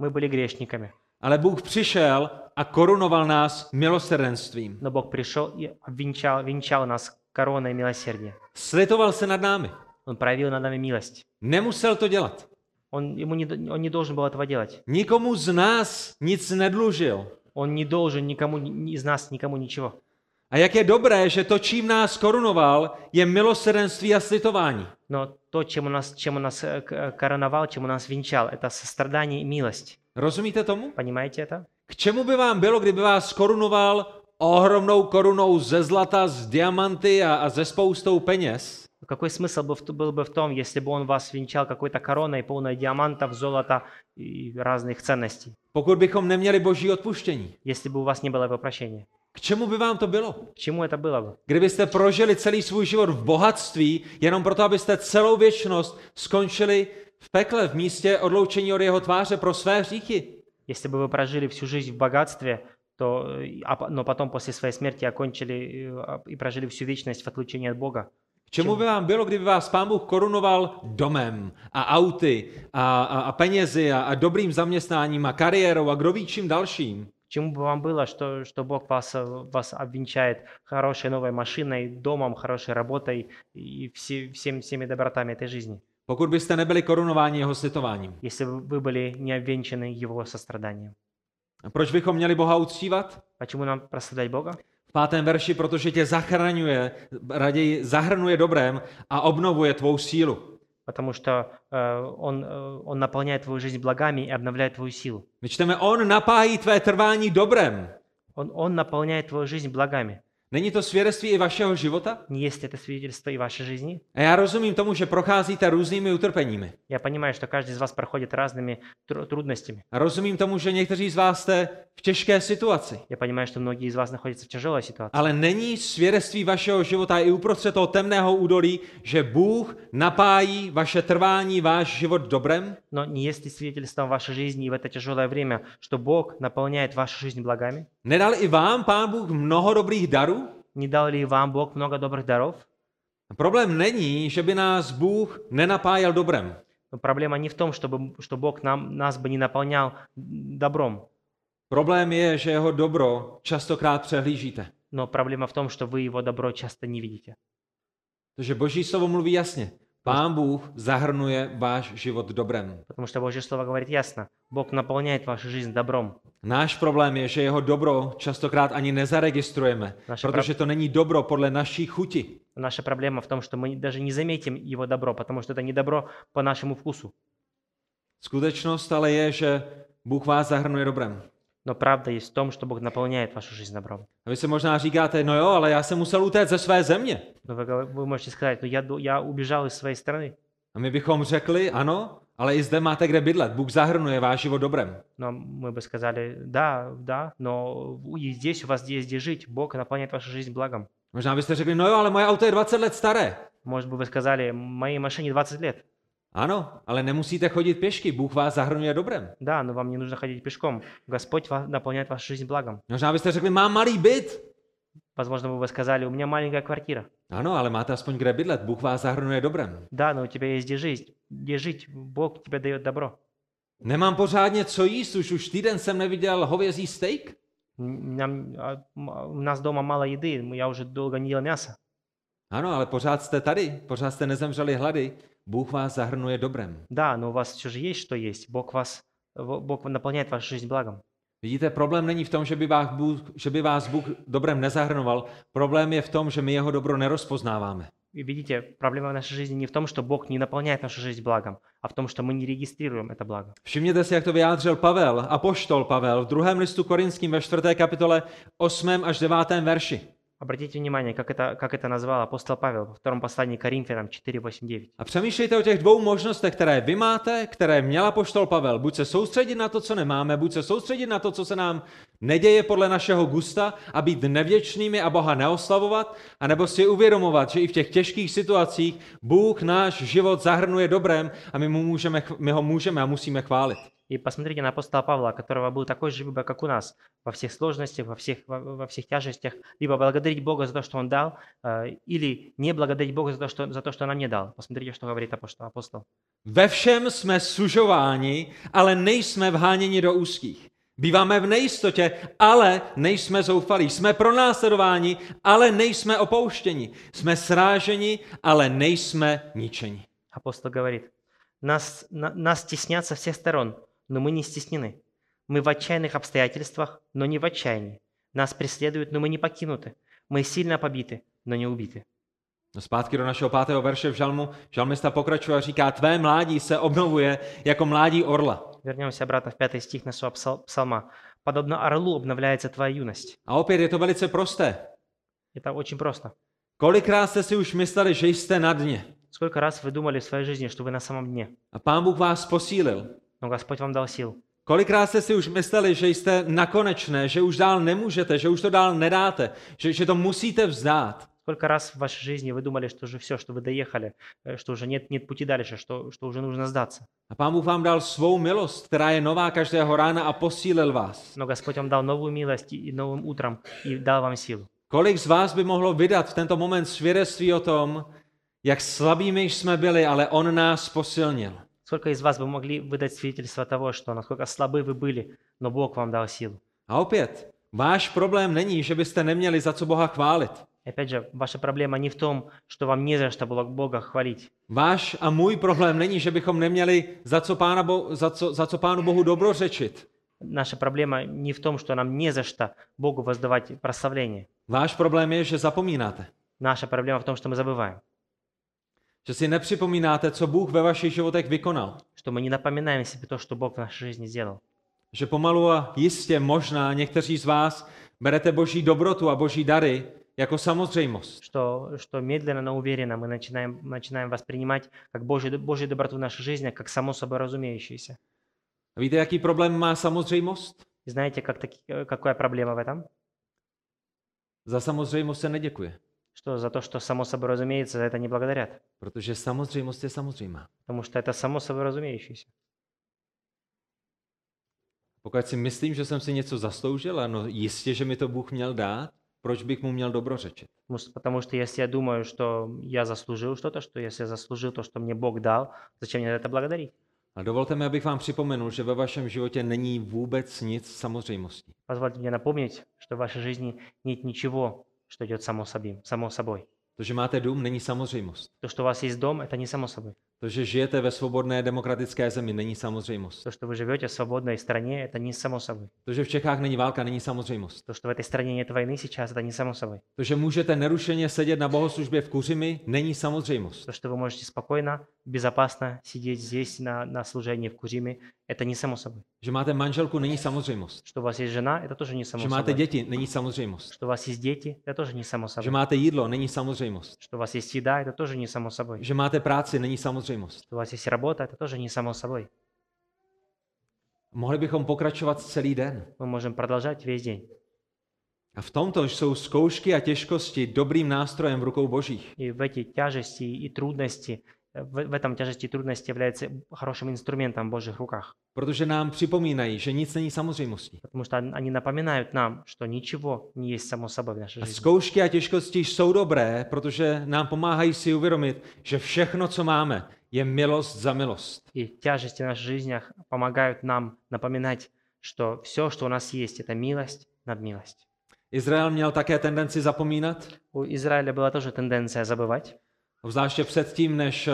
B: Мы были грешниками,
A: ale Bůh přišel a korunoval nás milosrdenstvím.
B: но Бог пришел и обвенчал, венчал нас короной милосердия.
A: Slitoval se nad námi.
B: Он проявил над нами милость.
A: Nemusel to dělat.
B: Он, ему не, д- он не должен был этого делать.
A: Nikomu z nás nic nedlužil.
B: Он не должен никому ни- ни- из нас никому ничего.
A: A jak je dobré, že to, čím nás korunoval, je milosrdenství a slitování.
B: Но то, чем он нас, чем он нас э, к- э, короновал, чем он нас венчал, это сострадание и милость.
A: Rozumíte tomu?
B: Понимаете это?
A: K čemu by vám bylo, kdyby vás korunoval ohromnou korunou ze zlata, z diamanty a, a ze spoustou peněz?
B: Какой смысл бы в т- был бы в том, если бы он вас венчал какой-то короной, полной диамантов, золота и разных ценностей,
A: Pokud bychom neměli boží odpuštění.
B: если бы у вас не было его прощения?
A: K čemu by vám to bylo?
B: К чему это было бы?
A: Kdybyste prožili celý svůj život v bohatství, jenom proto, abyste celou věčnost skončili v pekle, v místě odloučení od jeho tváře pro své hříchy.
B: Если бы вы прожили всю жизнь в богатстве, то, э, и- а по- но потом после своей смерти окончили э, а- и прожили всю вечность в отлучении от Бога.
A: K čemu by vám bylo, kdyby vás pán Bůh korunoval domem a auty a, a, a penězi a, a dobrým zaměstnáním a kariérou a kdo ví čím dalším?
B: К чему бы вам было, что, что Бог вас, э, вас обвенчает хорошей новой машиной, домом, хорошей работой и все, всем, всеми добротами этой жизни,
A: Pokud byste nebyli korunováni jeho slitováním.
B: если бы вы были не обвенчаны Его состраданием?
A: A proč bychom měli Boha uctívat?
B: Почему нам прославлять Бога?
A: V pátém verši, protože tě zachraňuje, raději zahrnuje dobrem a obnovuje tvou sílu.
B: потому что э, он, э, он наполняет твою жизнь благами и обновляет твою силу.
A: My čteme, on napájí tvé trvání dobrem.
B: Он, он наполняет твою жизнь благами.
A: Není to svědectví i vašeho života?
B: Не Есть это свидетельство и вашей жизни.
A: A já rozumím tomu, že procházíte různými utrpeními.
B: Я понимаю, что каждый из вас проходит разными тру- трудностями.
A: A rozumím tomu, že někteří z vás jste v těžké situaci.
B: Я понимаю, что многие из вас находятся в тяжелой ситуации.
A: Ale není svědectví vašeho života i uprostřed toho temného údolí, že Bůh napájí vaše trvání, váš život dobrem?
B: Но не есть ли свидетельством вашей жизни и в это тяжелое время, что Бог наполняет вашу жизнь благами?
A: Nedal i vám Pán Bůh mnoho dobrých darů?
B: Не дал ли вам Бог много добрых даров?
A: Problém není, že by nás Bůh nenapájel dobrem.
B: Но проблема не в том, чтобы, что Бог нам, нас бы не наполнял добром,
A: Problém je, že jeho dobro častokrát přehlížíte.
B: но проблема в том, что вы его добро часто не видите.
A: Protože Boží slovo mluví jasně. Pán Bůh zahrnuje váš život dobrem.
B: Потому что Божье Слово говорит ясно. Бог наполняет вашу жизнь добром.
A: Náš problém je, že jeho dobro častokrát ani nezaregistrujeme,
B: Naše
A: protože to není dobro podle naší chuti.
B: Наша проблема в том, что мы даже не заметим его добро, потому что это не добро по нашему вкусу.
A: Skutečnost ale je, že Bůh vás zahrnuje dobrem.
B: Но правда есть в том, что Бог наполняет вашу жизнь добром.
A: A vy si možná říkáte, no jo, ale já jsem musel utéct ze své země.
B: Но вы, гов- вы можете сказать, ну я, ду- я убежал из своей страны.
A: A my bychom řekli, ano, ale i zde máte kde bydlet. Bůh zahrnuje váš život dobrem.
B: Но мы бы сказали, да, да, но у- и здесь у вас есть где жить. Бог наполняет вашу жизнь благом.
A: Možná byste řekli, no jo, ale moje auto je 20 let staré.
B: Может быть, вы сказали, моей машине 20 лет.
A: Ano, ale nemusíte chodit pěšky, Bůh vás zahrnuje dobrem.
B: Да, но вам не нужно ходить пешком. Господь ва- наполняет вашу жизнь благом.
A: Možná byste řekli, mám malý byt.
B: Возможно, вы бы сказали, у меня маленькая квартира.
A: Ano, ale máte aspoň kde bydlet, Bůh vás zahrnuje dobrem.
B: Да, но у тебя есть где жить. Где жить? Бог тебе дает добро.
A: Nemám pořádně co jíst, už už týden jsem neviděl hovězí steak.
B: М, Нам, а, м, а, у нас дома мало еды, м, я уже долго не ел мясо.
A: Ano, ale pořád jste tady, pořád jste nezemřeli hlady. Bůh vás zahrnuje dobrem.
B: Да, но у вас все же есть что есть. Бог вас, в- Бог наполняет вашу жизнь благом.
A: Vidíte, problém není v tom, že by, vás Bůh, že by vás Bůh dobrem nezahrnoval. Problém je v tom, že my jeho dobro nerozpoznáváme.
B: И видите, проблема в нашей жизни не в том, что Бог не наполняет нашу жизнь благом, а в том, что мы не регистрируем это благо.
A: Všimněte si, jak to vyjádřil Pavel, apoštol Pavel, v druhém listu korinským ve čtvrté kapitole 8. až 9. verši.
B: Обратите внимание, как это, как это назвал апостол Павел во втором послании к Коринфянам 4.8.9.
A: A přemýšlejte o těch dvou možnostech, které vy máte, které měl apoštol Pavel. Buď se soustředit na to, co nemáme, buď se soustředit na to, co se nám neděje podle našeho gusta a být nevděčnými a Boha neoslavovat, anebo si uvědomovat, že i v těch těžkých situacích Bůh náš život zahrnuje dobrem a my, mu můžeme, ch- my ho můžeme a musíme chválit.
B: И посмотрите на апостола Павла, у которого был такой же выбор, как у нас, во всех сложностях, во всех, во, во всех тяжестях, либо благодарить Бога за то, что Он дал, э, или не благодарить Бога за то, что, за то, что Он нам не дал. Посмотрите, что говорит апостол. апостол.
A: Ve všem jsme sužováni, ale nejsme vháněni do úzkých. Býváme v nejistotě, ale nejsme zoufalí. Jsme pronásledováni, ale nejsme opouštěni. Jsme sráženi, ale nejsme ničeni.
B: Апостол говорит, нас, на- нас стеснят со всех сторон, но мы не стеснены. Мы в отчаянных обстоятельствах, но не в отчаянии. Нас преследуют, но мы не покинуты. Мы сильно побиты, но не убиты.
A: No Zpátky do našeho pátého verše v Žalmu. Žalmista pokračuje a říká, tvé mládí se obnovuje jako mládí orla.
B: Вернемся обратно в пятый стих нашего псал- псалма. «Подобно орлу обновляется твоя юность».
A: A opět je to velice prosté.
B: Это очень просто.
A: Kolikrát jste si už mysleli, že jste na dně?
B: Сколько раз вы думали в своей жизни, что вы на самом дне,
A: A pán Bůh vás posílil.
B: но Господь вам дал сил.
A: Kolikrát jste si už mysleli, že jste nakonečné, že už dál nemůžete, že už to dál nedáte, že, že to musíte vzdát.
B: Сколько раз в вашей жизни вы думали, что уже все, что вы доехали, э, что уже нет, нет пути дальше, что, что уже нужно сдаться.
A: A pán Bůh vám dal svou milost, která je nová každého rána a posílil vás.
B: Но Господь вам дал новую милость и и новым утром, и дал вам силу.
A: Kolik z vás by mohlo vydat v tento moment svědectví o tom, jak slabými jsme byli, ale on nás posilnil.
B: Сколько из вас бы могли выдать свидетельство того, что насколько слабы вы были, но Бог вам дал силу.
A: A opět, váš problém není, že byste neměli za co Boha chválit.
B: И Опять же, ваша проблема не в том, что вам не за что было Бога хвалить.
A: Váš a můj problém není, že bychom neměli za co, pána bo- za co, za co pánu Bohu dobrořečit.
B: Наша проблема не в том, что нам не за что Богу воздавать прославление.
A: Váš problém je, že zapomínáte.
B: Наша проблема в том, что мы забываем,
A: Že si nepřipomínáte, co Bůh ve vašich životech vykonal.
B: что мы не напоминаем себе то, что Бог в нашей жизни сделал.
A: Že pomalu a jistě možná někteří z vás berete boží dobrotu a boží dary jako samozřejmost.
B: Что, что медленно, но уверенно мы начинаем, начинаем воспринимать как Божью, Божью доброту в нашей жизни, а как само собой разумеющееся.
A: A víte, jaký problém má samozřejmost?
B: И знаете, как таки- э, какая проблема в этом?
A: Za samozřejmost se neděkuje,
B: Что за то, что само собой разумеется, за это не благодарят.
A: protože samozřejmost je samozřejmá.
B: Потому что это само собой разумеющееся.
A: Pokud si myslím, že jsem si něco zasloužil, ano, jistě, že mi to Bůh měl dát, proč bych mu měl dobrořečit?
B: Потому что- Потому что если я думаю, что я заслужил что-то, что если я заслужил то, что мне Бог дал, зачем мне за это благодарить?
A: A dovolte mi, abych vám připomenul, že ve vašem životě není vůbec nic samozřejmostí.
B: Позвольте мне напомнить, что в вашей жизни нет ничего, что идет само собой. Само собой.
A: To, že máte dům, není samozřejmost.
B: То, что у вас есть дом, это не само собой.
A: To, že žijete ve svobodné demokratické zemi, není samozřejmost.
B: То, что вы живете в свободной стране, это не само собой.
A: To, že v Čechách není válka, není samozřejmost.
B: То, что в этой стране нет войны сейчас, это не само собой.
A: To, že můžete nerušeně sedět na bohoslužbě v Kuřimi, není samozřejmost.
B: То, что вы можете спокойно, безопасно сидеть здесь на, на служении в Кузиме, это не само собой.
A: Že máte manželku, není samozřejmost.
B: Что у вас есть жена, это тоже не само
A: Že máte
B: собой.
A: děti, není samozřejmost.
B: Что у вас есть дети, это тоже не само
A: Že
B: собой.
A: máte jídlo, není samozřejmost.
B: Что у вас есть еда, это тоже не само собой.
A: Že máte práci, není samozřejmost.
B: Что у вас есть работа, это тоже не само собой.
A: Mohli bychom pokračovat celý den.
B: Мы можем продолжать весь день.
A: A v tomto jsou zkoušky a těžkosti dobrým nástrojem v rukou božích.
B: И в эти тяжести и трудности, э, в, в этом тяжести и трудности является хорошим инструментом в Божьих руках.
A: Protože nám připomínají, že nic není samozřejmostí.
B: Потому что он- они напоминают нам, что ничего не есть само собой в нашей
A: A
B: жизни.
A: zkoušky a těžkosti jsou dobré, protože nám pomáhají si uvědomit, že všechno, co máme, je milost za milost.
B: И тяжести в наших жизнях помогают нам напоминать, что все, что у нас есть, это милость над милость.
A: Izrael měl také tendenci zapomínat,
B: У Израиля была тоже тенденция забывать.
A: zvláště předtím, než eh,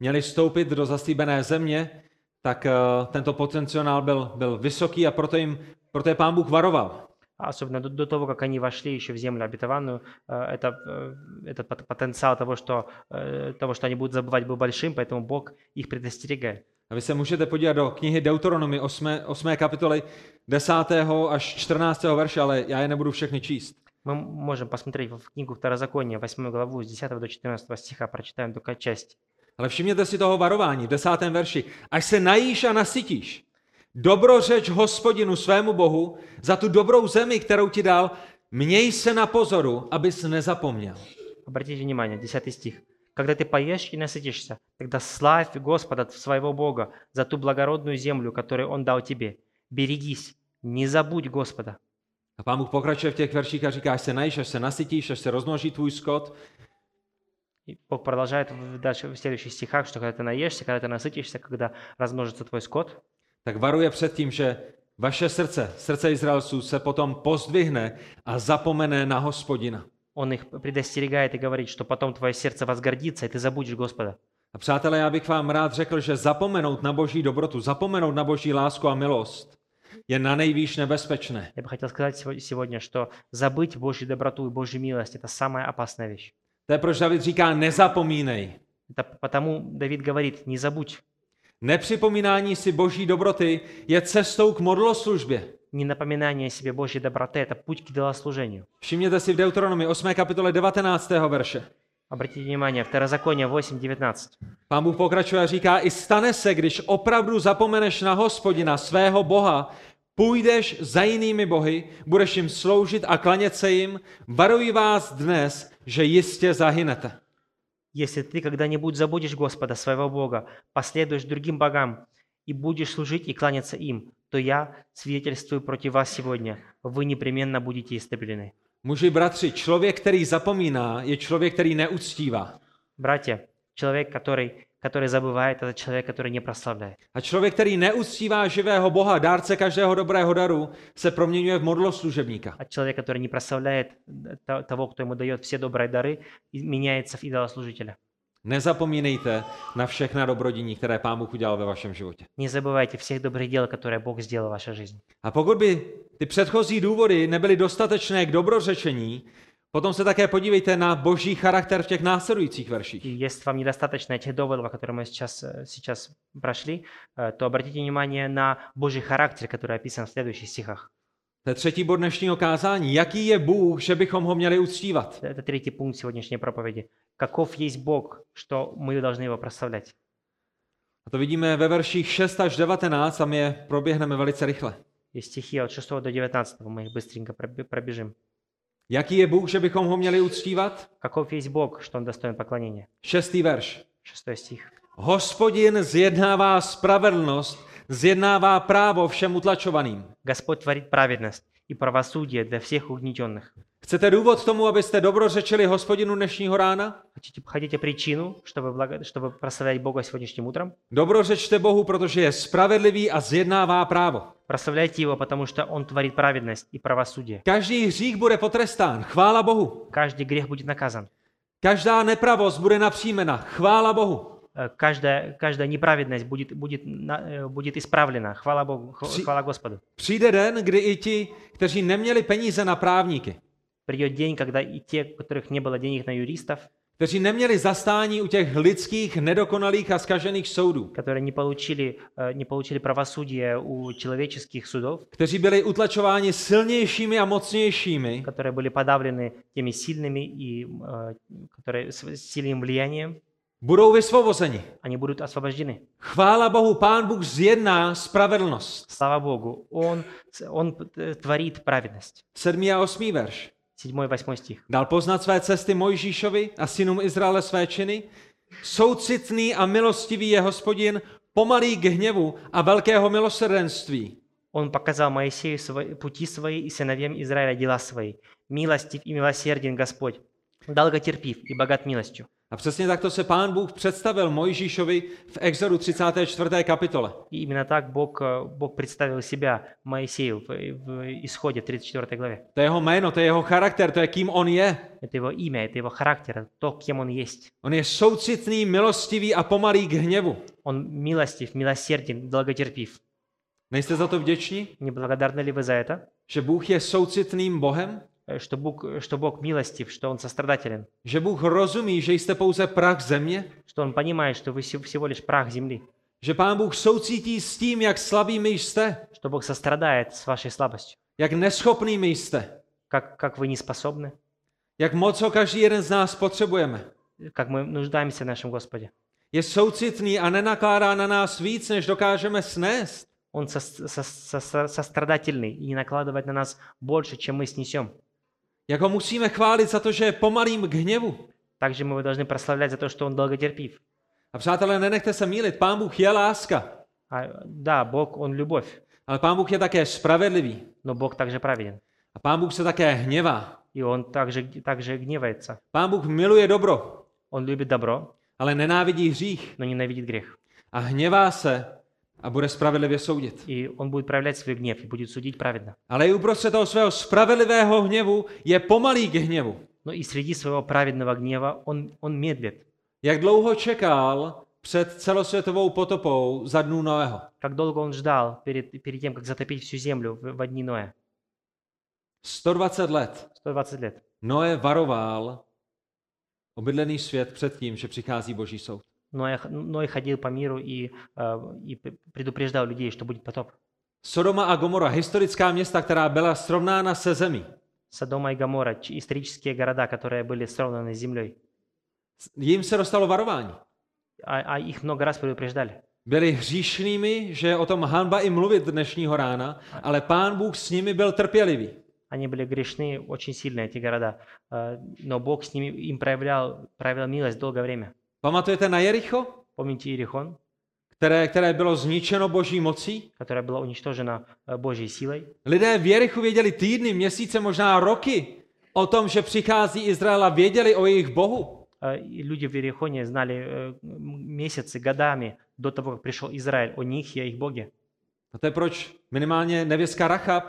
A: měli vstoupit do zaslíbené země, tak eh, tento potenciál byl, byl vysoký a proto, jim, proto je pán Bůh varoval.
B: А Особенно до, до того, как они вошли еще в землю обетованную, э, это, э, этот пот- потенциал того что, э, того, что они будут забывать, был большим, поэтому Бог их предостерегает.
A: A vy se můžete podívat do knihy Deuteronomy 8. 8. kapitoly 10. až 14. verše, ale já je nebudu všechny číst.
B: Мы м- можем посмотреть в книгу Второзакония, 8 главу, с 10 до 14 стиха, прочитаем только часть.
A: Ale všimněte si toho varování v 10. verši. Až se najíš a nasytíš, dobrořeč hospodinu svému bohu za tu dobrou zemi, kterou ti dal, měj se na pozoru, abys nezapomněl.
B: Обратите внимание, 10 стих. «Когда ты поешь и насытишься, тогда славь Господа своего Бога за ту благородную землю, которую Он дал тебе. Берегись, не забудь Господа».
A: A pán Bůh pokračuje v těch verších a říká, až se najíš, až se nasytíš, až se rozmnoží tvůj skot,
B: И Бог продолжает в- дальше в следующих стихах, что когда ты наешься, когда ты насытишься, когда размножится твой скот,
A: tak varuje před tím, že vaše srdce, srdce Izraelců, se potom pozdvihne a zapomene na hospodina.
B: он их предостерегает и говорит, что потом твое сердце возгордится, и ты забудешь Господа.
A: A přátelé, já bych vám rád řekl, že zapomenout na boží dobrotu, zapomenout na boží lásku a milost je na nejvýš nebezpečné.
B: Я бы хотел сказать сего- сегодня, что забыть Божью доброту и Божью милость – это самая опасная вещь.
A: To je proč David říká, nezapomínej.
B: Это потому Давид говорит, не забудь,
A: Nepřipomínání si boží dobroty je cestou k modloslužbě.
B: не напоминание о себе Божьей доброты – это путь к делослужению.
A: Všimněte si v Deuteronomy 8. kapitole 19. verše.
B: Обратите внимание, Второзаконие 8.19.
A: Pán Bůh pokračuje a říká, i stane se, když opravdu zapomeneš na hospodina, svého boha, půjdeš za jinými bohy, budeš jim sloužit a klanět se jim, varuji vás dnes, že jistě zahynete.
B: «Если ты когда-нибудь забудешь Господа, своего Бога, последуешь другим богам и будешь служить и кланяться им, то я свидетельствую против вас сегодня, вы непременно будете истреблены».
A: Muži, bratři, člověk, který zapomíná, je člověk, který neuctívá.
B: Братья, человек, который, который забывает, это человек, который не прославляет.
A: A člověk, který neuctívá živého Boha, dárce každého dobrého daru, se проměňuje v modloslužebníka.
B: А человек, который э, не прославляет т- того, кто ему дает все добрые дары, и меняется в идолослужителя.
A: Nezapomínejte na všechna dobrodiní, které Pán Bůh udělal ve vašem životě.
B: Не забывайте всех добрых дел, которые Бог сделал в вашей жизни.
A: A pokud by ty předchozí důvody nebyly dostatečné k dobrořečení, potom se také podívejte na boží charakter v těch následujících verších.
B: И если вам недостаточно этих доводов, которые мы сейчас, э, сейчас прошли, э, то обратите внимание на Божий характер, который описан в следующих стихах.
A: To je třetí bod dnešního kázání. Jaký je Bůh, že bychom ho měli uctívat?
B: Это третий пункт сегодняшней проповеди. Каков есть Бог, что мы должны его прославлять?
A: A to vidíme ve verších 6 až 19, tam je proběhneme velice rychle.
B: И стихи от 6 до 19 мы их быстренько пробе- пробежим.
A: Jaký je Bůh, že bychom ho měli uctívat?
B: Каков есть Бог, что он достоин поклонения?
A: Šestý verš.
B: Шестой стих.
A: Hospodin zjednává spravedlnost, zjednává právo všem utlačovaným.
B: Господь творит праведность и правосудие для всех угнетенных.
A: Chcete důvod tomu, abyste dobrořečili hospodinu dnešního rána?
B: Хотите, хотите причину, чтобы, благо- чтобы прославлять Бога сегодняшним утром?
A: Dobrořečte Bohu, protože je spravedlivý a zjednává právo.
B: Прославляйте Его, потому что Он творит праведность и правосудие.
A: Každý hřích bude potrestán, chvála Bohu.
B: Каждый грех будет наказан.
A: Každá nepravost bude napříjmena, chvála Bohu.
B: Э, Каждая, каждая неправедность будет, будет, на- э, будет исправлена. Хвала Богу, хва-
A: Пси-
B: хвала Господу.
A: Přijde den, kdy i ti, kteří neměli peníze na právníky,
B: Придет день, когда и те, у которых не было денег на юристов,
A: kteří neměli zastání u těch lidských, nedokonalých a skažených soudů,
B: которые не получили, э, не получили правосудие у человеческих судов,
A: kteří byli utlačováni silnějšími a mocnějšími,
B: которые были подавлены теми сильными и э, которые с с сильным влиянием,
A: budou vysvobozeni.
B: они будут освобождены.
A: Chvála Bohu, Pán Bůh zjedná spravedlnost.
B: Слава Богу, Он, он э, tворит праведность.
A: Sedmý a osmý verš.
B: Седьмой, восьмой стих.
A: Dal poznat své cesty Mojžíšovi a synům Izraele své činy. Soucitný a milostivý je hospodin, pomalý k hněvu a velkého milosrdenství.
B: Он показал Моисею свои- пути свои и сыновьям Израиля дела свои. Милостив и милосерден Господь, долготерпив и богат милостью.
A: A přesně takto se pán Bůh představil Mojžíšovi v Exodu 34. kapitole.
B: И именно так Бог, э, Бог представил себя Моисею в, в Исходе 34 главе.
A: To je jeho jméno, to je jeho charakter, to je kým on je.
B: Это его имя, это его характер, то, кем он есть.
A: On je soucitný, milostivý a pomalý k hněvu.
B: Он милостив, милосерден, долготерпив.
A: Nejste za to vděční,
B: Не благодарны ли вы за это?
A: že Bůh je soucitným Bohem?
B: Э, Что Бог, э, что Бог милостив, что Он сострадателен,
A: Že Bůh rozumí, že jste pouze prach země?
B: что Он понимает, что вы всего всего лишь прах земли,
A: Že pán Bůh soucítí s tím, jak slabými jste?
B: что Бог сострадает с вашей слабостью,
A: Jak neschopnými jste?
B: как, как вы не способны,
A: Jak moc ho každý jeden z nás potřebujeme?
B: как мы нуждаемся в нашем Господе.
A: Je soucitný a nenakládá na nás víc, než dokážeme snést?
B: Он сос- сос- сос- сострадательный и не накладывает на нас больше, чем мы снесем.
A: Jak ho musíme chválit za to, že je pomalým k hněvu?
B: Также мы его должны прославлять за то, что Он долготерпив.
A: A přátelé, nenechte se mílit, pán Bůh je láska,
B: А, да, Бог, Он любовь,
A: ale pán Bůh je také spravedlivý.
B: но Бог также праведен.
A: A pán Bůh se také hněvá.
B: И Он также, также гневается.
A: Pán Bůh miluje dobro,
B: Он любит добро,
A: ale nenávidí hřích
B: но nенавидит грех.
A: a hněvá se a bude spravedlivě soudit.
B: И Он будет проявлять свой гнев и будет судить праведно.
A: Ale i uprostřed toho svého spravedlivého hněvu je pomalý k hněvu.
B: Но и среди своего праведного гнева он, он медлит.
A: Jak dlouho čekal před celosvětovou potopou za dnů Noého?
B: Как долго он ждал перед, перед тем, как затопить всю землю в, во дни Ноя?
A: 120 let
B: 120 лет.
A: Noé varoval obydlený svět před tím, že přichází boží soud.
B: Ноя, х- Ной ходил по миру и, э, и п- предупреждал людей, что будет потоп.
A: Sodoma a Gomora, historická města, která byla srovnána se zemí,
B: Содома и Гамора, ч- исторические города, которые были сравнаны с землей.
A: jim se dostalo varování.
B: А, а их много раз предупреждали.
A: Byli hříšnými, že je o tom hanba i mluvit dnešního rána, ale pán Bůh s nimi byl trpělivý.
B: Они были грешны очень сильно, эти города. Э, Но Бог с ними им проявлял, проявлял милость долгое время.
A: Pamatujete на Jericho,
B: Помните Иерихон,
A: které, které bylo zničeno boží mocí?
B: которая была уничтожена э, Божьей силой?
A: Lidé v Jerichu věděli týdny, měsíce, možná roky o tom, že přichází Izrael a věděli o jejich Bohu.
B: Э, и люди в Иерихоне знали э, м- месяцы, годами до того, как пришел Израиль, о них и о их Боге.
A: A to je proč minimálně nevěstka Rachab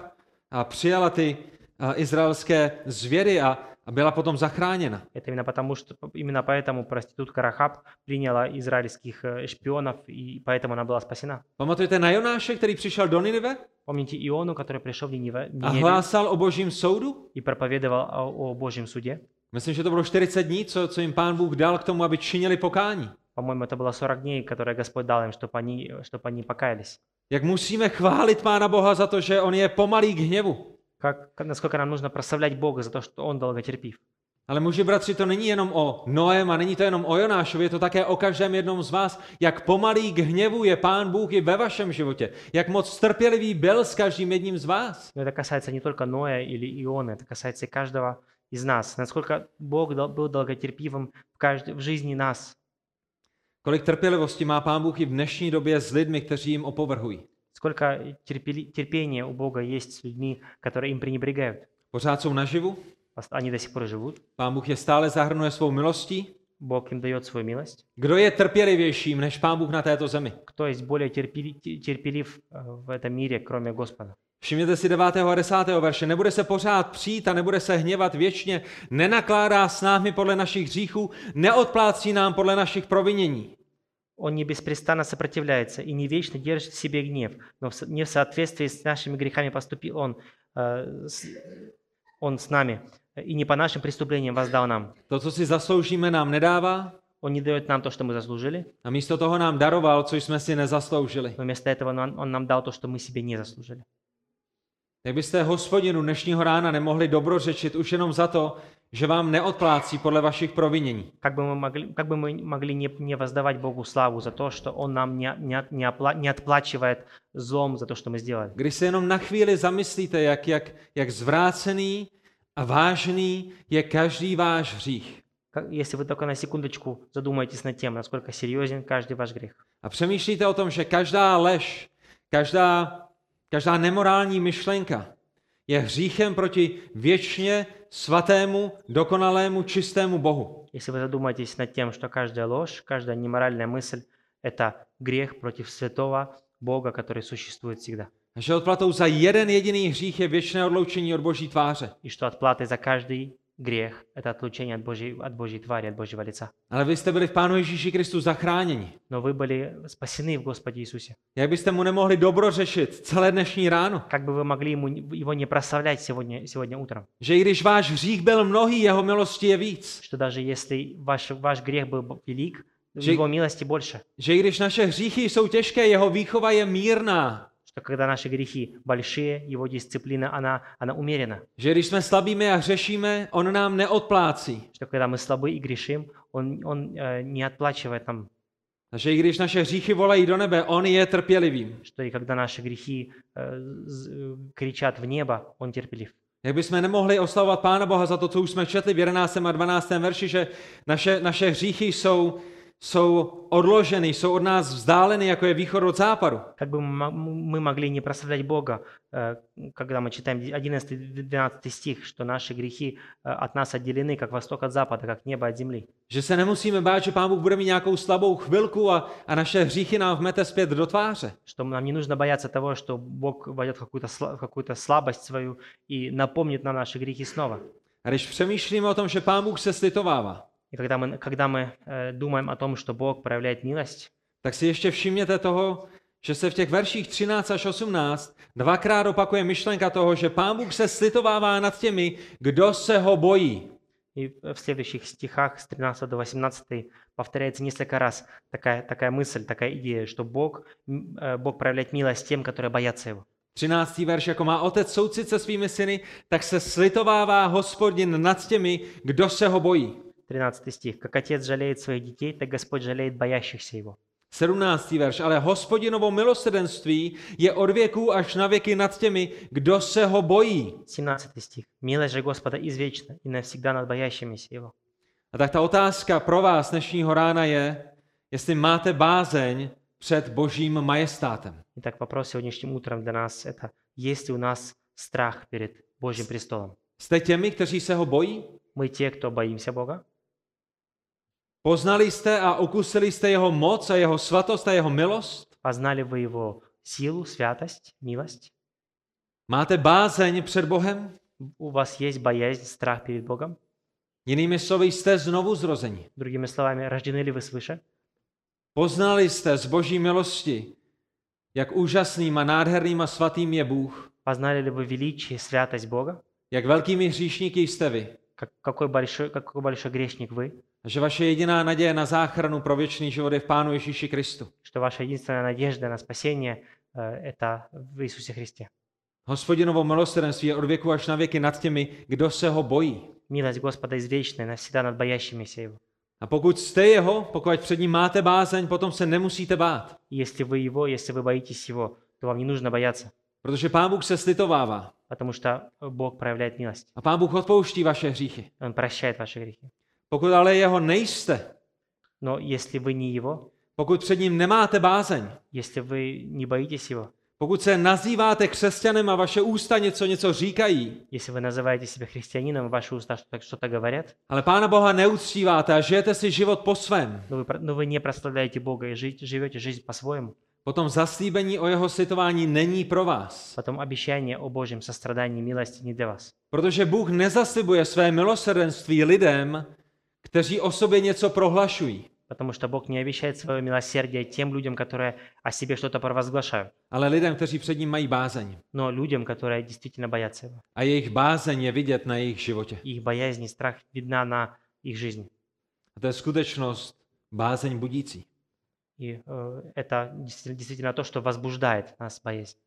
A: a přijala ty a, izraelské zvěry a a byla potom zachráněna.
B: Это именно потому, что именно поэтому проститутка Рахаб приняла израильских э, шпионов, и поэтому она была спасена.
A: Pamatujete na Jonáše, který přišel do Ninive
B: Помните Иону, который пришел в Ниневе
A: a
B: Ниневе
A: hlásal o božím soudu?
B: и проповедовал о, о Божьем суде?
A: Myslím, že to bylo 40 dní, co, co jim pán Bůh dal k tomu, aby činili pokání.
B: По-моему, это было 40 дней, которые Господь дал им, чтобы они, чтобы они покаялись.
A: Jak musíme chválit Pána Boha za to, že on je pomalý k hněvu.
B: Как, насколько нам нужно прославлять Бога за то, что Он долготерпив.
A: Ale muži, bratři, to není jenom o Noém a není to jenom o Jonášovi, je to také o každém jednom z vás, jak pomalý k hněvu je Pán Bůh i ve vašem životě. Jak moc trpělivý byl s každým jedním z vás.
B: Но это касается не только Ноя или Иона, это касается и каждого из нас. Насколько Бог дол- был долготерпивым в, кажд- в жизни нас.
A: Kolik trpělivosti má Pán Bůh i v dnešní době s lidmi, kteří jim opovrhují.
B: Сколько э, терпели- терпения у Бога есть с людьми, которые им пренебрегают.
A: Pořád jsou naživu,
B: Пос- Они до сих пор живут.
A: Pán Bůh je stále zahrnuje svou milostí.
B: Бог им дает свою милость.
A: Kdo je trpělivějším než Pán Bůh na této zemi?
B: Кто есть более терпели- те- терпелив э, в этом мире, кроме Господа?
A: Všimněte si 9. a 10. verše. Nebude se pořád přijít a nebude se hněvat věčně, nenakládá s námi podle našich hříchů, neodplácí nám podle našich provinění.
B: Он не беспрестанно сопротивляется и не вечно держит в себе гнев, но в со- не в соответствии с нашими грехами поступил Он, э, с- он с нами, и не по нашим преступлениям воздал нам.
A: To, co si zasloužíme, nám nedává
B: Он не дает нам то, что мы заслужили,
A: a místo toho nám daroval, co jsme si nezasloužili.
B: но вместо этого нам- Он нам дал то, что мы себе не заслужили.
A: Jak byste hospodinu dnešního rána nemohli dobrořečit už jenom za to, že vám neodplácí podle vašich provinění.
B: Как бы мы могли, как бы мы могли не, не воздавать Богу славу за то, что Он нам не, не от- не опла- не отплачивает злом за то, что мы сделали.
A: Když se jenom na chvíli zamyslíte, jak, jak, jak zvrácený a vážný je každý váš hřích.
B: Как- Если вы только на секундочку задумаетесь над тем, насколько серьезен каждый ваш грех.
A: A přemýšlíte o tom, že každá lež, každá, každá nemorální myšlenka je hříchem proti věčně svatému, dokonalému, čistému Bohu.
B: Если вы задумаетесь над тем, что каждая ложь, каждая неморальная мысль – это грех против святого Бога, который существует всегда.
A: A že odplatou za jeden jediný hřích je věčné odloučení od Boží tváře.
B: И что отплатой за каждый грех – это отлучение от Божьей, от Божьей твари, от Божьего лица.
A: Ale vy jste byli v Pánu Ježíši Kristu zachráněni.
B: Но вы были спасены в Господе Иисусе.
A: Jak byste mu nemohli dobrořešit celé dnešní ráno?
B: Как бы вы могли ему, не- его не прославлять сегодня, сегодня утром?
A: Že i když váš hřích byl mnohý, jeho milosti je víc.
B: Что даже если ваш, ваш грех был б- велик, в
A: Жи-
B: его милости больше.
A: Že i když naše hříchy jsou těžké, jeho výchova je mírná.
B: Что когда наши грехи большие, его дисциплина, она, она умерена.
A: Že když jsme slabíme a hřešíme, on nám neodplácí.
B: Что когда мы слабы и грешим, он, он э, не отплачивает нам
A: A že i když naše hříchy volají do nebe, on je trpělivým.
B: что и когда наши грехи э, з- э, кричат в небо, Он терпелив.
A: Jak bychom nemohli oslavovat Pána Boha za to, co už jsme četli v 11. a 12. verši, že naše, naše hříchy jsou, jsou odloženy, jsou od nás vzdáleny, jako je východ od západu.
B: Как бы мы мо- мы могли не прославлять Бога, э, когда мы читаем 11-12 стих, что наши грехи э, от нас отделены, как восток от запада, как небо от земли.
A: Že se nemusíme bát, že Pán Bůh bude mít nějakou slabou chvilku a, a naše hříchy nám vmete zpět do tváře.
B: Что нам не нужно бояться того, что Бог войдет в какую-то, сла- в какую-то слабость свою и напомнит нам наши грехи снова.
A: A když přemýšlíme o tom, že Pán Bůh se slitovává,
B: И когда мы, когда мы э, думаем о том, что Бог проявляет милость,
A: tak si ještě všimněte toho, že se v těch verších 13 až 18 dvakrát opakuje myšlenka toho, že Pán Bůh se slitovává nad těmi, kdo se ho bojí.
B: И в следующих стихах с 13 до 18 повторяется несколько раз такая, такая мысль, такая идея, что Бог, м, э, Бог проявляет милость тем, которые боятся Его.
A: 13. verš, jako má otec soucit se svými syny, tak se slitovává hospodin nad těmi, kdo se ho bojí.
B: 13 стих. «Как отец жалеет своих детей, так Господь жалеет боящихся Его».
A: 17. verš, ale hospodinovo milosrdenství je od věků až na věky nad těmi, kdo se ho bojí.
B: 17 стих. «Милость же Господа извечна и навсегда над боящимися Его».
A: A tak ta otázka pro vás dnešního rána je, jestli máte bázeň před božím majestátem.
B: Итак, вопрос сегодняшним утром для нас – это есть ли у нас страх перед Божьим престолом?
A: Jste těmi, kteří se ho bojí?
B: Мы те, кто боимся Бога,
A: Poznali jste a okusili jste jeho moc a jeho svatost a jeho milost?
B: познали А вы Его силу, святость, милость,
A: Máte bázeň před Bohem?
B: у вас есть боязнь, страх перед Богом,
A: Jinými slovy, jste znovu zrozeni.
B: Другими словами, рождены ли вы свыше?
A: Poznali jste z boží milosti, jak úžasným a nádherným a svatým je Bůh,
B: Познали А ли вы величие и святость Бога?
A: jak velkými hříšníky jste vy,
B: Как- какой, большой, какой большой грешник вы?
A: a že vaše jediná naděje na záchranu pro věčný život je v Pánu Ježíši Kristu.
B: Что ваша единственная надежда на спасение – это в Иисусе Христе.
A: Hospodinovo milosrdenství je od věku až na věky nad těmi, kdo se ho bojí.
B: Милость Господа извечная, навсегда над боящимися Его.
A: A pokud jste jeho, pokud před ním máte bázeň, potom se nemusíte bát,
B: И Если вы Его, если вы боитесь Его, то вам не нужно бояться,
A: protože Pán Bůh se slitovává
B: потому что Бог проявляет милость.
A: a Pán Bůh odpouští vaše hříchy.
B: Он прощает ваши грехи.
A: Pokud ale jeho nejste,
B: Но если вы не Его,
A: pokud před ním nemáte bázeň,
B: если вы не боитесь Его,
A: Pokud se nazýváte křesťanem a vaše ústa něco něco říkají,
B: если вы называете себя христианином, ваши уста что-то, что-то говорят,
A: ale Pána Boha neuctíváte a žijete si život po svém,
B: но вы, про- но вы не прославляете Бога и жить, живете жизнь по-своему,
A: potom zaslíbení o jeho slitování není pro vás.
B: потом обещание о Божьем сострадании и милости не для вас.
A: Protože Bůh nezaslibuje své milosrdenství lidem, kteří o sobě něco prohlašují,
B: Потому что Бог не обещает свое милосердие тем людям, которые о себе что-то провозглашают,
A: ale lidem, kteří před ním mají bázeň.
B: но людям, которые действительно боятся Его.
A: A jejich bázeň je vidět na jejich životě.
B: Их боязнь и страх видна на их жизни.
A: A to je skutečnost bázeň budící.
B: И э, это действи- действительно то, что возбуждает нас боязнь.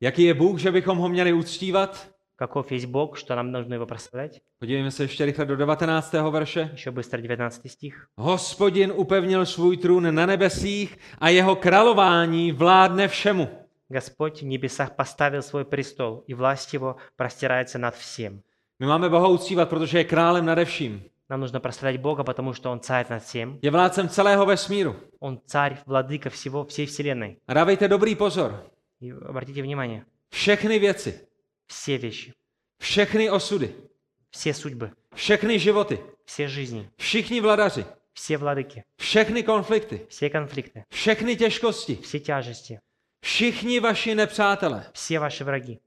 A: Jaký je Bůh, že bychom ho měli uctívat?
B: Каков есть Бог, что нам нужно Его прославлять?
A: Podívejme se ještě rychle do 19. verše.
B: Еще быстро 19 стих.
A: Hospodin upevnil svůj trůn na nebesích a jeho králování vládne všemu.
B: Господь в небесах поставил свой престол, и власть его простирается над всем.
A: My máme Boha uctívat, protože je králem nade vším.
B: Нам нужно прославлять Бога, потому что Он царь над всем.
A: Je vládcem celého vesmíru.
B: Он царь, владыка всего, всей вселенной.
A: A dávejte dobrý pozor.
B: И обратите внимание,
A: Všechny věci,
B: все вещи,
A: všechny osudy,
B: все судьбы,
A: všechny životy,
B: все жизни,
A: všichni vladaři,
B: все владыки,
A: všechny konflikty,
B: все конфликты,
A: všechny těžkosti,
B: все тяжести,
A: všichni vaši nepřátelé,
B: все ваши враги,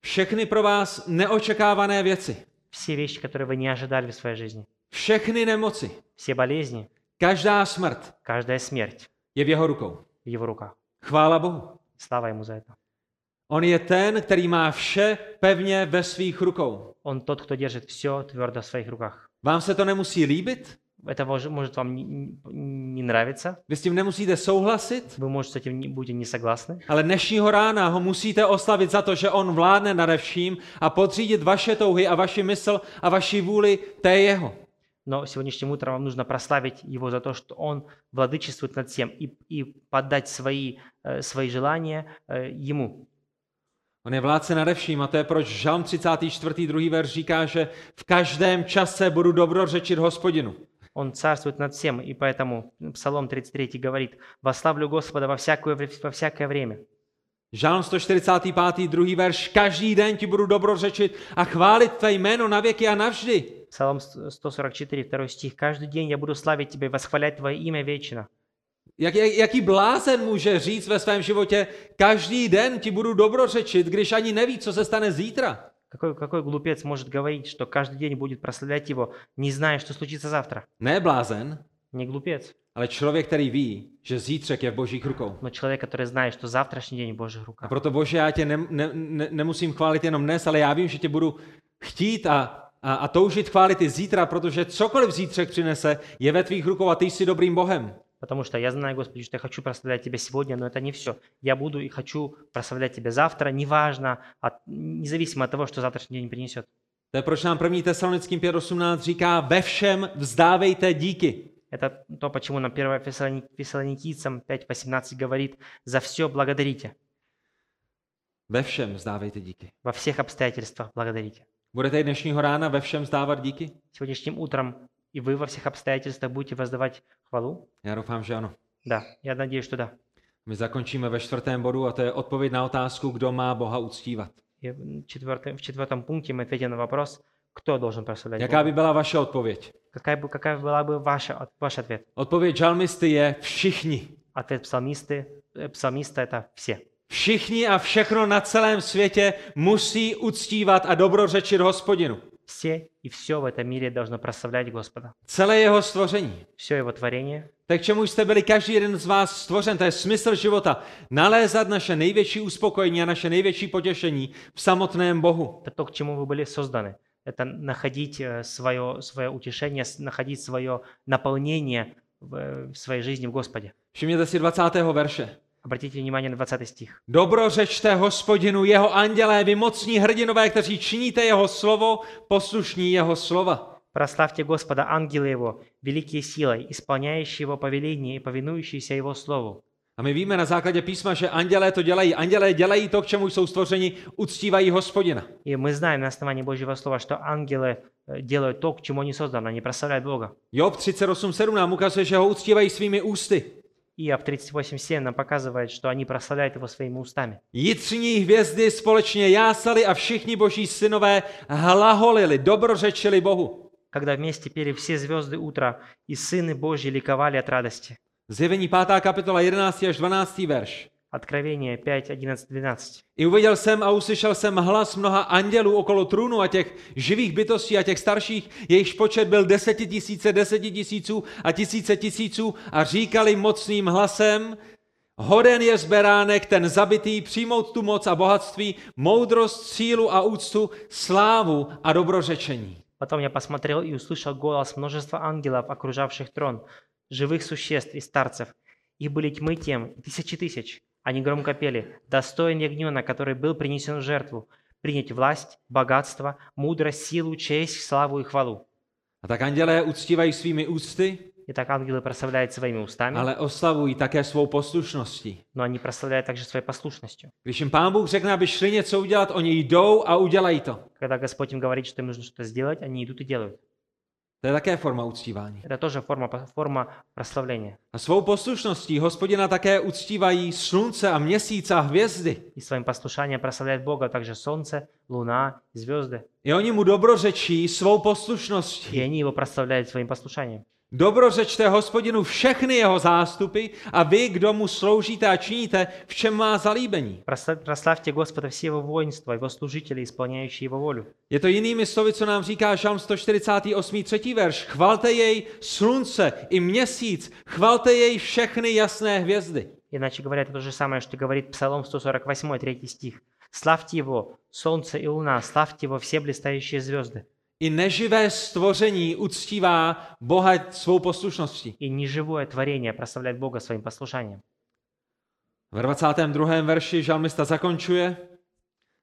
A: všechny pro vás neočekávané věci,
B: все вещи, которые вы не ожидали в своей жизни,
A: všechny nemoci,
B: все болезни,
A: každá smrt
B: каждая смерть
A: je v jeho rukou.
B: в его руках.
A: Chvála Bohu.
B: Слава ему за это.
A: On je ten, který má vše pevně ve svých rukou.
B: Он тот, кто держит все твердо в своих руках.
A: Vám se to nemusí líbit,
B: Это мож- может вам не- не не нравиться,
A: vy s tím nemusíte souhlasit,
B: Вы, может, с этим не, будете не согласны,
A: ale dnešního rána ho musíte oslavit za to, že on vládne nade vším a podřídit vaše touhy a vaši mysl a vaši vůli té jeho.
B: но сегодняшним утром вам нужно прославить его за то, что он владычествует над всем и, и поддать свои, э, свои желания э, ему.
A: On je vládce nade vším a to je proč Žalm 34. 2. verš říká, že v každém čase budu dobrořečit hospodinu.
B: Он царствует над всем, и поэтому Псалом 33 говорит, «Вославлю Господа во всякое, вре- во всякое время».
A: Žalm 145. 2. verš, každý den ti budu dobrořečit a chválit tvé jméno na věky a navždy.
B: Псалом с- 144, 2 стих, «Каждый день я буду славить Тебя и восхвалять Твое имя вечно».
A: Jak, jak, jaký blázen může říct ve svém životě, každý den ti budu dobrořečit, když ani neví, co se stane zítra?
B: Какой, какой глупец может говорить, что каждый день будет прославлять Его, не зная, что случится завтра?
A: Ne blázen,
B: Не глупец.
A: ale člověk, který ví, že zítřek je v božích rukou.
B: но человек, который знает, что завтрашний день в Божьих
A: A
B: руках.
A: proto, Bože, já tě ne, ne, ne, nemusím chválit jenom dnes, ale já vím, že tě budu chtít a, a, a toužit chválit i zítra, protože cokoliv zítřek přinese, je ve tvých rukou a ty jsi dobrým Bohem.
B: Потому что я знаю, Господи, что я хочу прославлять Тебя сегодня, но это не все. Я буду и хочу прославлять Тебя завтра, неважно, от, независимо от того, что завтрашний день принесет.
A: To je proč nám 1. Tesalonickým 5.18 říká, ve všem vzdávejte díky.
B: Это то, почему нам 1 Фессалони- Фессалоникийцам 5.18 говорит «За все благодарите,
A: Ve všem vzdávejte díky.
B: во всех обстоятельствах благодарите».
A: Budete i dnešního rána ve všem vzdávat díky?
B: Сегодняшним утром и вы во всех обстоятельствах будете воздавать хвалу?
A: Já doufám, že ano.
B: Да, я надеюсь, что да.
A: My zakončíme ve čtvrtém bodu a to je odpověď na otázku, kdo má Boha uctívat.
B: И в четвертом- в четвертом пункте мы ответим на вопрос, кто должен прославлять Бога?
A: Jaká by byla vaše odpověď?
B: Какая, бы, какая была бы ваша, от- ваш ответ?
A: Odpověď žalmisty je všichni.
B: Ответ псалмисты, э, псалмиста – это все.
A: Všichni a všechno na celém světě musí uctívat a dobrořečit hospodinu.
B: Все и все в этом мире должно прославлять Господа.
A: Celé jeho stvoření.
B: Все его творение,
A: Tak k čemu jste byli každý jeden z vás stvořen, to je smysl života. Nalézat naše největší uspokojení a naše největší potěšení v samotném Bohu.
B: это то, к чему вы были созданы. Это находить свое, свое утешение, с- находить свое наполнение в, э, в своей жизни в Господе.
A: Všimněte si 20. verše.
B: Обратите внимание на 20 стих.
A: Dobrořečte hospodinu, jeho andělé, vy mocní hrdinové, kteří činíte jeho slovo, poslušní jeho slova.
B: Прославьте Господа, ангелы Его, великие силой, исполняющие Его повеление и повинующиеся Его Слову.
A: A my víme na základě písma, že andělé to dělají. Andělé dělají to, k čemu jsou stvořeni, uctívají hospodina.
B: И мы знаем на основании Божьего Слова, что ангелы э, делают то, к чему они созданы, они прославляют Бога.
A: Job 38.7 nám ukazuje, že ho uctívají svými ústy.
B: Иов 38.7 нам показывает, что они прославляют Его своими устами.
A: Jitřní hvězdy společně jásali a všichni boží synové hlaholili, dobrořečili Bohu.
B: Когда вместе пели все звезды утра, и сыны Божьи ликовали от радости.
A: Zjevení 5. kapitola 11. až 12. verš.
B: Откровение 5, 11, 12.
A: I uviděl jsem a uslyšel jsem hlas mnoha andělů okolo trůnu a těch živých bytostí a těch starších, jejichž počet byl desetitisíce, desetitisíců a tisíce tisíců a říkali mocným hlasem, hoden je zberánek ten zabitý přijmout tu moc a bohatství, moudrost, sílu a úctu, slávu a dobrořečení.
B: Потом я посмотрел и услышал голос множества ангелов, окружавших трон, живых существ и старцев. И были тьмы тем, и тысячи тысяч. Они громко пели «Достоин ягнена, который был принесен в жертву, принять власть, богатство, мудрость, силу, честь, славу и хвалу».
A: A tak andělé uctívají svými ústy,
B: Итак, ангелы прославляют своими устами,
A: ale oslavují také svou poslušností.
B: но они прославляют также своей послушностью.
A: Když jim pán Bůh řekne, aby šli něco udělat, oni jdou a udělají to.
B: Когда Господь им говорит, что им нужно что-то сделать, они идут и делают.
A: To je také forma uctívání.
B: Это тоже форма, по- форма прославления.
A: A svou poslušností hospodina také uctívají slunce a měsíc a hvězdy.
B: И своим послушанием прославляет Бога а также солнце, луна, звезды.
A: I oni mu dobrořečí svou
B: И
A: poslušností.
B: они его прославляют своим послушанием.
A: Dobrořečte hospodinu všechny jeho zástupy a vy, kdo mu sloužíte a činíte, v čem má zalíbení.
B: Просла- Прославьте Господа все его воинства, его служители, исполняющие его волю.
A: Je to jinými slovy, co nám říká Žalm 148. třetí verš. Chvalte jej slunce i měsíc, chvalte jej všechny jasné hvězdy.
B: Иначе говоря, это то же самое, что говорит Псалом 148, 3 стих. «Славьте его, солнце и луна, славьте его все блистающие звезды».
A: I neživé stvoření uctívá Boha svou poslušností.
B: И неживое творение прославляет Бога своим послушанием.
A: Ve 22. verši žalmista zakončuje,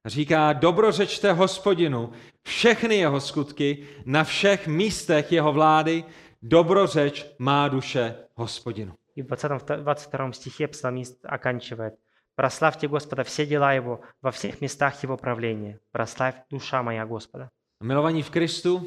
A: říká, dobrořečte hospodinu všechny jeho skutky, na všech místech jeho vlády, dobrořeč má duše hospodinu.
B: И в 20, 22 стихе псалмист оканчивает. «Прославьте Господа все дела его, во всех местах его правления. Прославь душа моя Господа».
A: Milovaní v Kristu,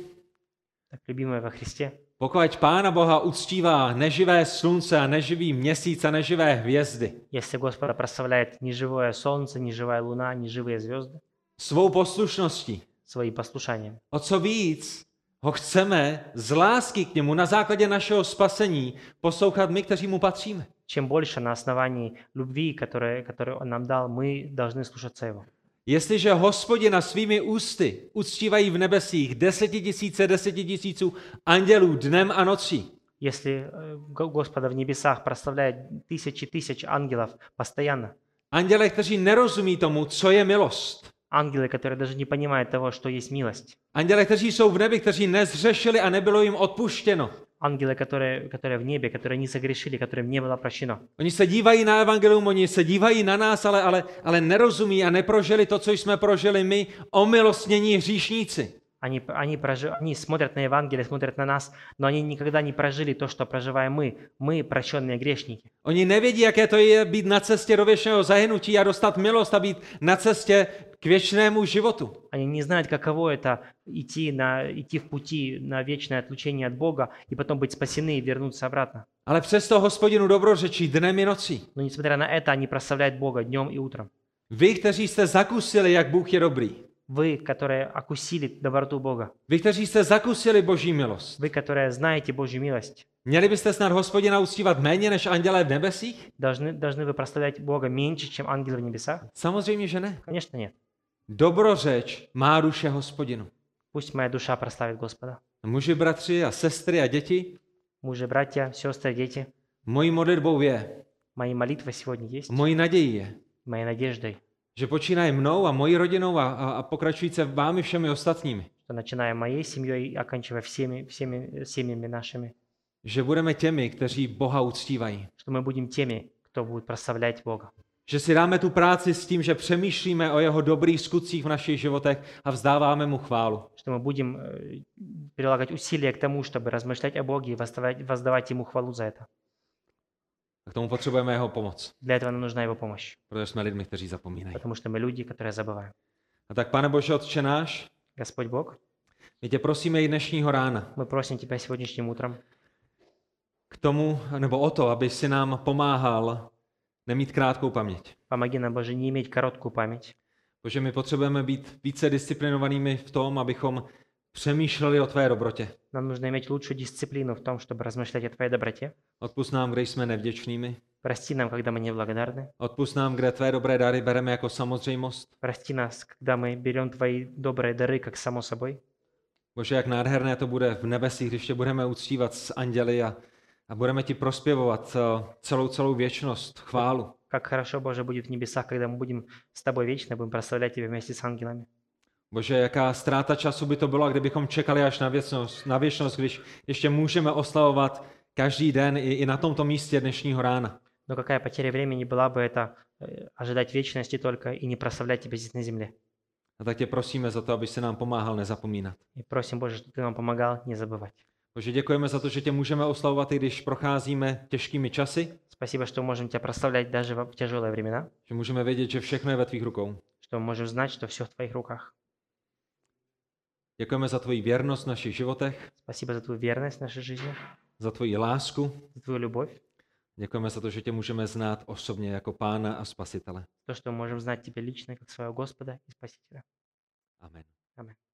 B: Так, любимые во Христе,
A: Pokud Pána Boha uctívá neživé slunce a neživý měsíc a neživé hvězdy,
B: если Господа прославляет неживое солнце, неживая луна, неживые звезды,
A: svou poslušností,
B: своим послушанием,
A: o co víc ho chceme z lásky k němu na základě našeho spasení poslouchat my, kteří mu patříme.
B: чем больше на основании любви, которая- которую Он нам дал, мы должны слушаться Его.
A: Jestliže hospodina svými ústy uctívají v nebesích desetitisíce desetitisíců andělů dnem a nocí,
B: Если э, Го- Господа в небесах прославляет тысячи тысяч ангелов постоянно,
A: anděle, kteří nerozumí tomu, co je milost,
B: ангелы, которые даже не понимают того, что есть милость,
A: anděle, kteří jsou v nebi, kteří nezřešili a nebylo jim odpuštěno,
B: ангелы, которые, которые в небе, которые не согрешили, которым не было прощено,
A: Oni se dívají na evangelium, oni se dívají na nás, ale, ale, ale nerozumí a neprožili to, co jsme prožili my, omilostnění hříšníci.
B: они, п- они, прожи- они смотрят на Евангелие, смотрят на нас, но они никогда не прожили то, что проживаем мы. Мы прощенные грешники.
A: Oni nevědí, jaké to je být na cestě do věčného zahynutí a dostat milost a být na cestě k věčnému životu.
B: Они не знают, каково это идти, на, идти в пути на вечное отлучение от Бога и потом быть спасены и вернуться обратно.
A: Ale přesto hospodinu dobrořečí dnem i nocí.
B: Но несмотря на это, они прославляют Бога днем и утром.
A: Vy, kteří jste zakusili, jak Bůh je dobrý.
B: Вы, которые окусили доброту Бога,
A: Vy, kteří jste zakusili boží milost.
B: вы, которые знаете Божью милость,
A: Měli byste snad hospodina uctívat méně než andělé v nebesích?
B: должны, должны вы прославлять Бога меньше, чем ангелы в небесах?
A: Samozřejmě, že ne.
B: Конечно, нет.
A: Dobrořeč má duše hospodinu.
B: Пусть моя душа прославит Господа.
A: Muži, bratři a sestry a děti,
B: Мужи, братья, сестры, дети,
A: mojí modlitbou je,
B: мои молитвы сегодня есть,
A: mojí nadějí je,
B: моей надеждой,
A: že počínaje mnou a mojí rodinou a, a, a pokračujíce vámi všemi ostatními,
B: что начиная моей семьей и оканчивая всеми, всеми э, семьями нашими,
A: že budeme těmi, kteří Boha uctívají.
B: что мы будем теми, кто будет прославлять Бога.
A: Že si dáme tu práci s tím, že přemýšlíme o jeho dobrých skutcích v našich životech a vzdáváme mu chválu.
B: что мы будем э, прилагать усилия к тому, чтобы размышлять о Боге и восставать- воздавать Ему хвалу за это.
A: A k tomu potřebujeme jeho pomoc,
B: Для этого нам нужна Его помощь,
A: protože jsme lidmi, kteří zapomínají.
B: потому что мы люди, которые забываем.
A: A tak, pane Bože, Otče náš,
B: Господь Бог,
A: my tě prosíme i dnešního rána
B: мы просим Тебя сегодняшним утром
A: k tomu, nebo o to, aby si nám pomáhal nemít krátkou paměť.
B: Помоги нам, Боже, не иметь короткую память.
A: Bože, my potřebujeme být více disciplinovanými v tom, abychom přemýšleli o tvé dobrotě.
B: Нам нужно иметь лучшую дисциплину в том, чтобы размышлять о Твоей доброте.
A: Odpust nám, kde jsme nevděčnými.
B: Прости нам, когда мы неблагодарны.
A: Odpust nám, kde tvé dobré dary bereme jako samozřejmost.
B: Прости нас, когда мы берем Твои добрые дары, как само собой.
A: Bože, jak nádherné to bude v nebesích, když tě budeme uctívat s anděli a, a budeme ti prospěvovat eh, celou, celou věčnost, chválu.
B: Как хорошо, Боже, будет в небесах, когда мы будем с Тобой вечно, будем прославлять Тебя вместе с ангелами.
A: Bože, jaká ztráta času by to byla, kdybychom čekali až na věčnost, na věčnost když ještě můžeme oslavovat každý den i, i na tomto místě dnešního rána.
B: Но какая потеря времени была бы это э, ожидать вечности только и не прославлять Тебя здесь на земле.
A: A tak tě prosíme za to, aby si nám pomáhal nezapomínat.
B: И просим, Боже, чтобы Ты нам помогал не забывать.
A: Bože, děkujeme za to, že tě můžeme oslavovat, i když procházíme těžkými časy,
B: Спасибо, что мы можем Тебя прославлять даже во- в тяжелые времена,
A: že můžeme vědět, že všechno je ve tvých rukou.
B: что мы можем знать, что все в Твоих руках.
A: Děkujeme za tvoji věrnost v našich životech,
B: Спасибо за твою верность в нашей жизни,
A: za tvoji lásku.
B: за твою любовь,
A: Děkujeme za to, že tě můžeme znát osobně jako pána a spasitele.
B: то, что мы можем знать Тебя лично, как своего Господа и Спасителя.
A: Amen.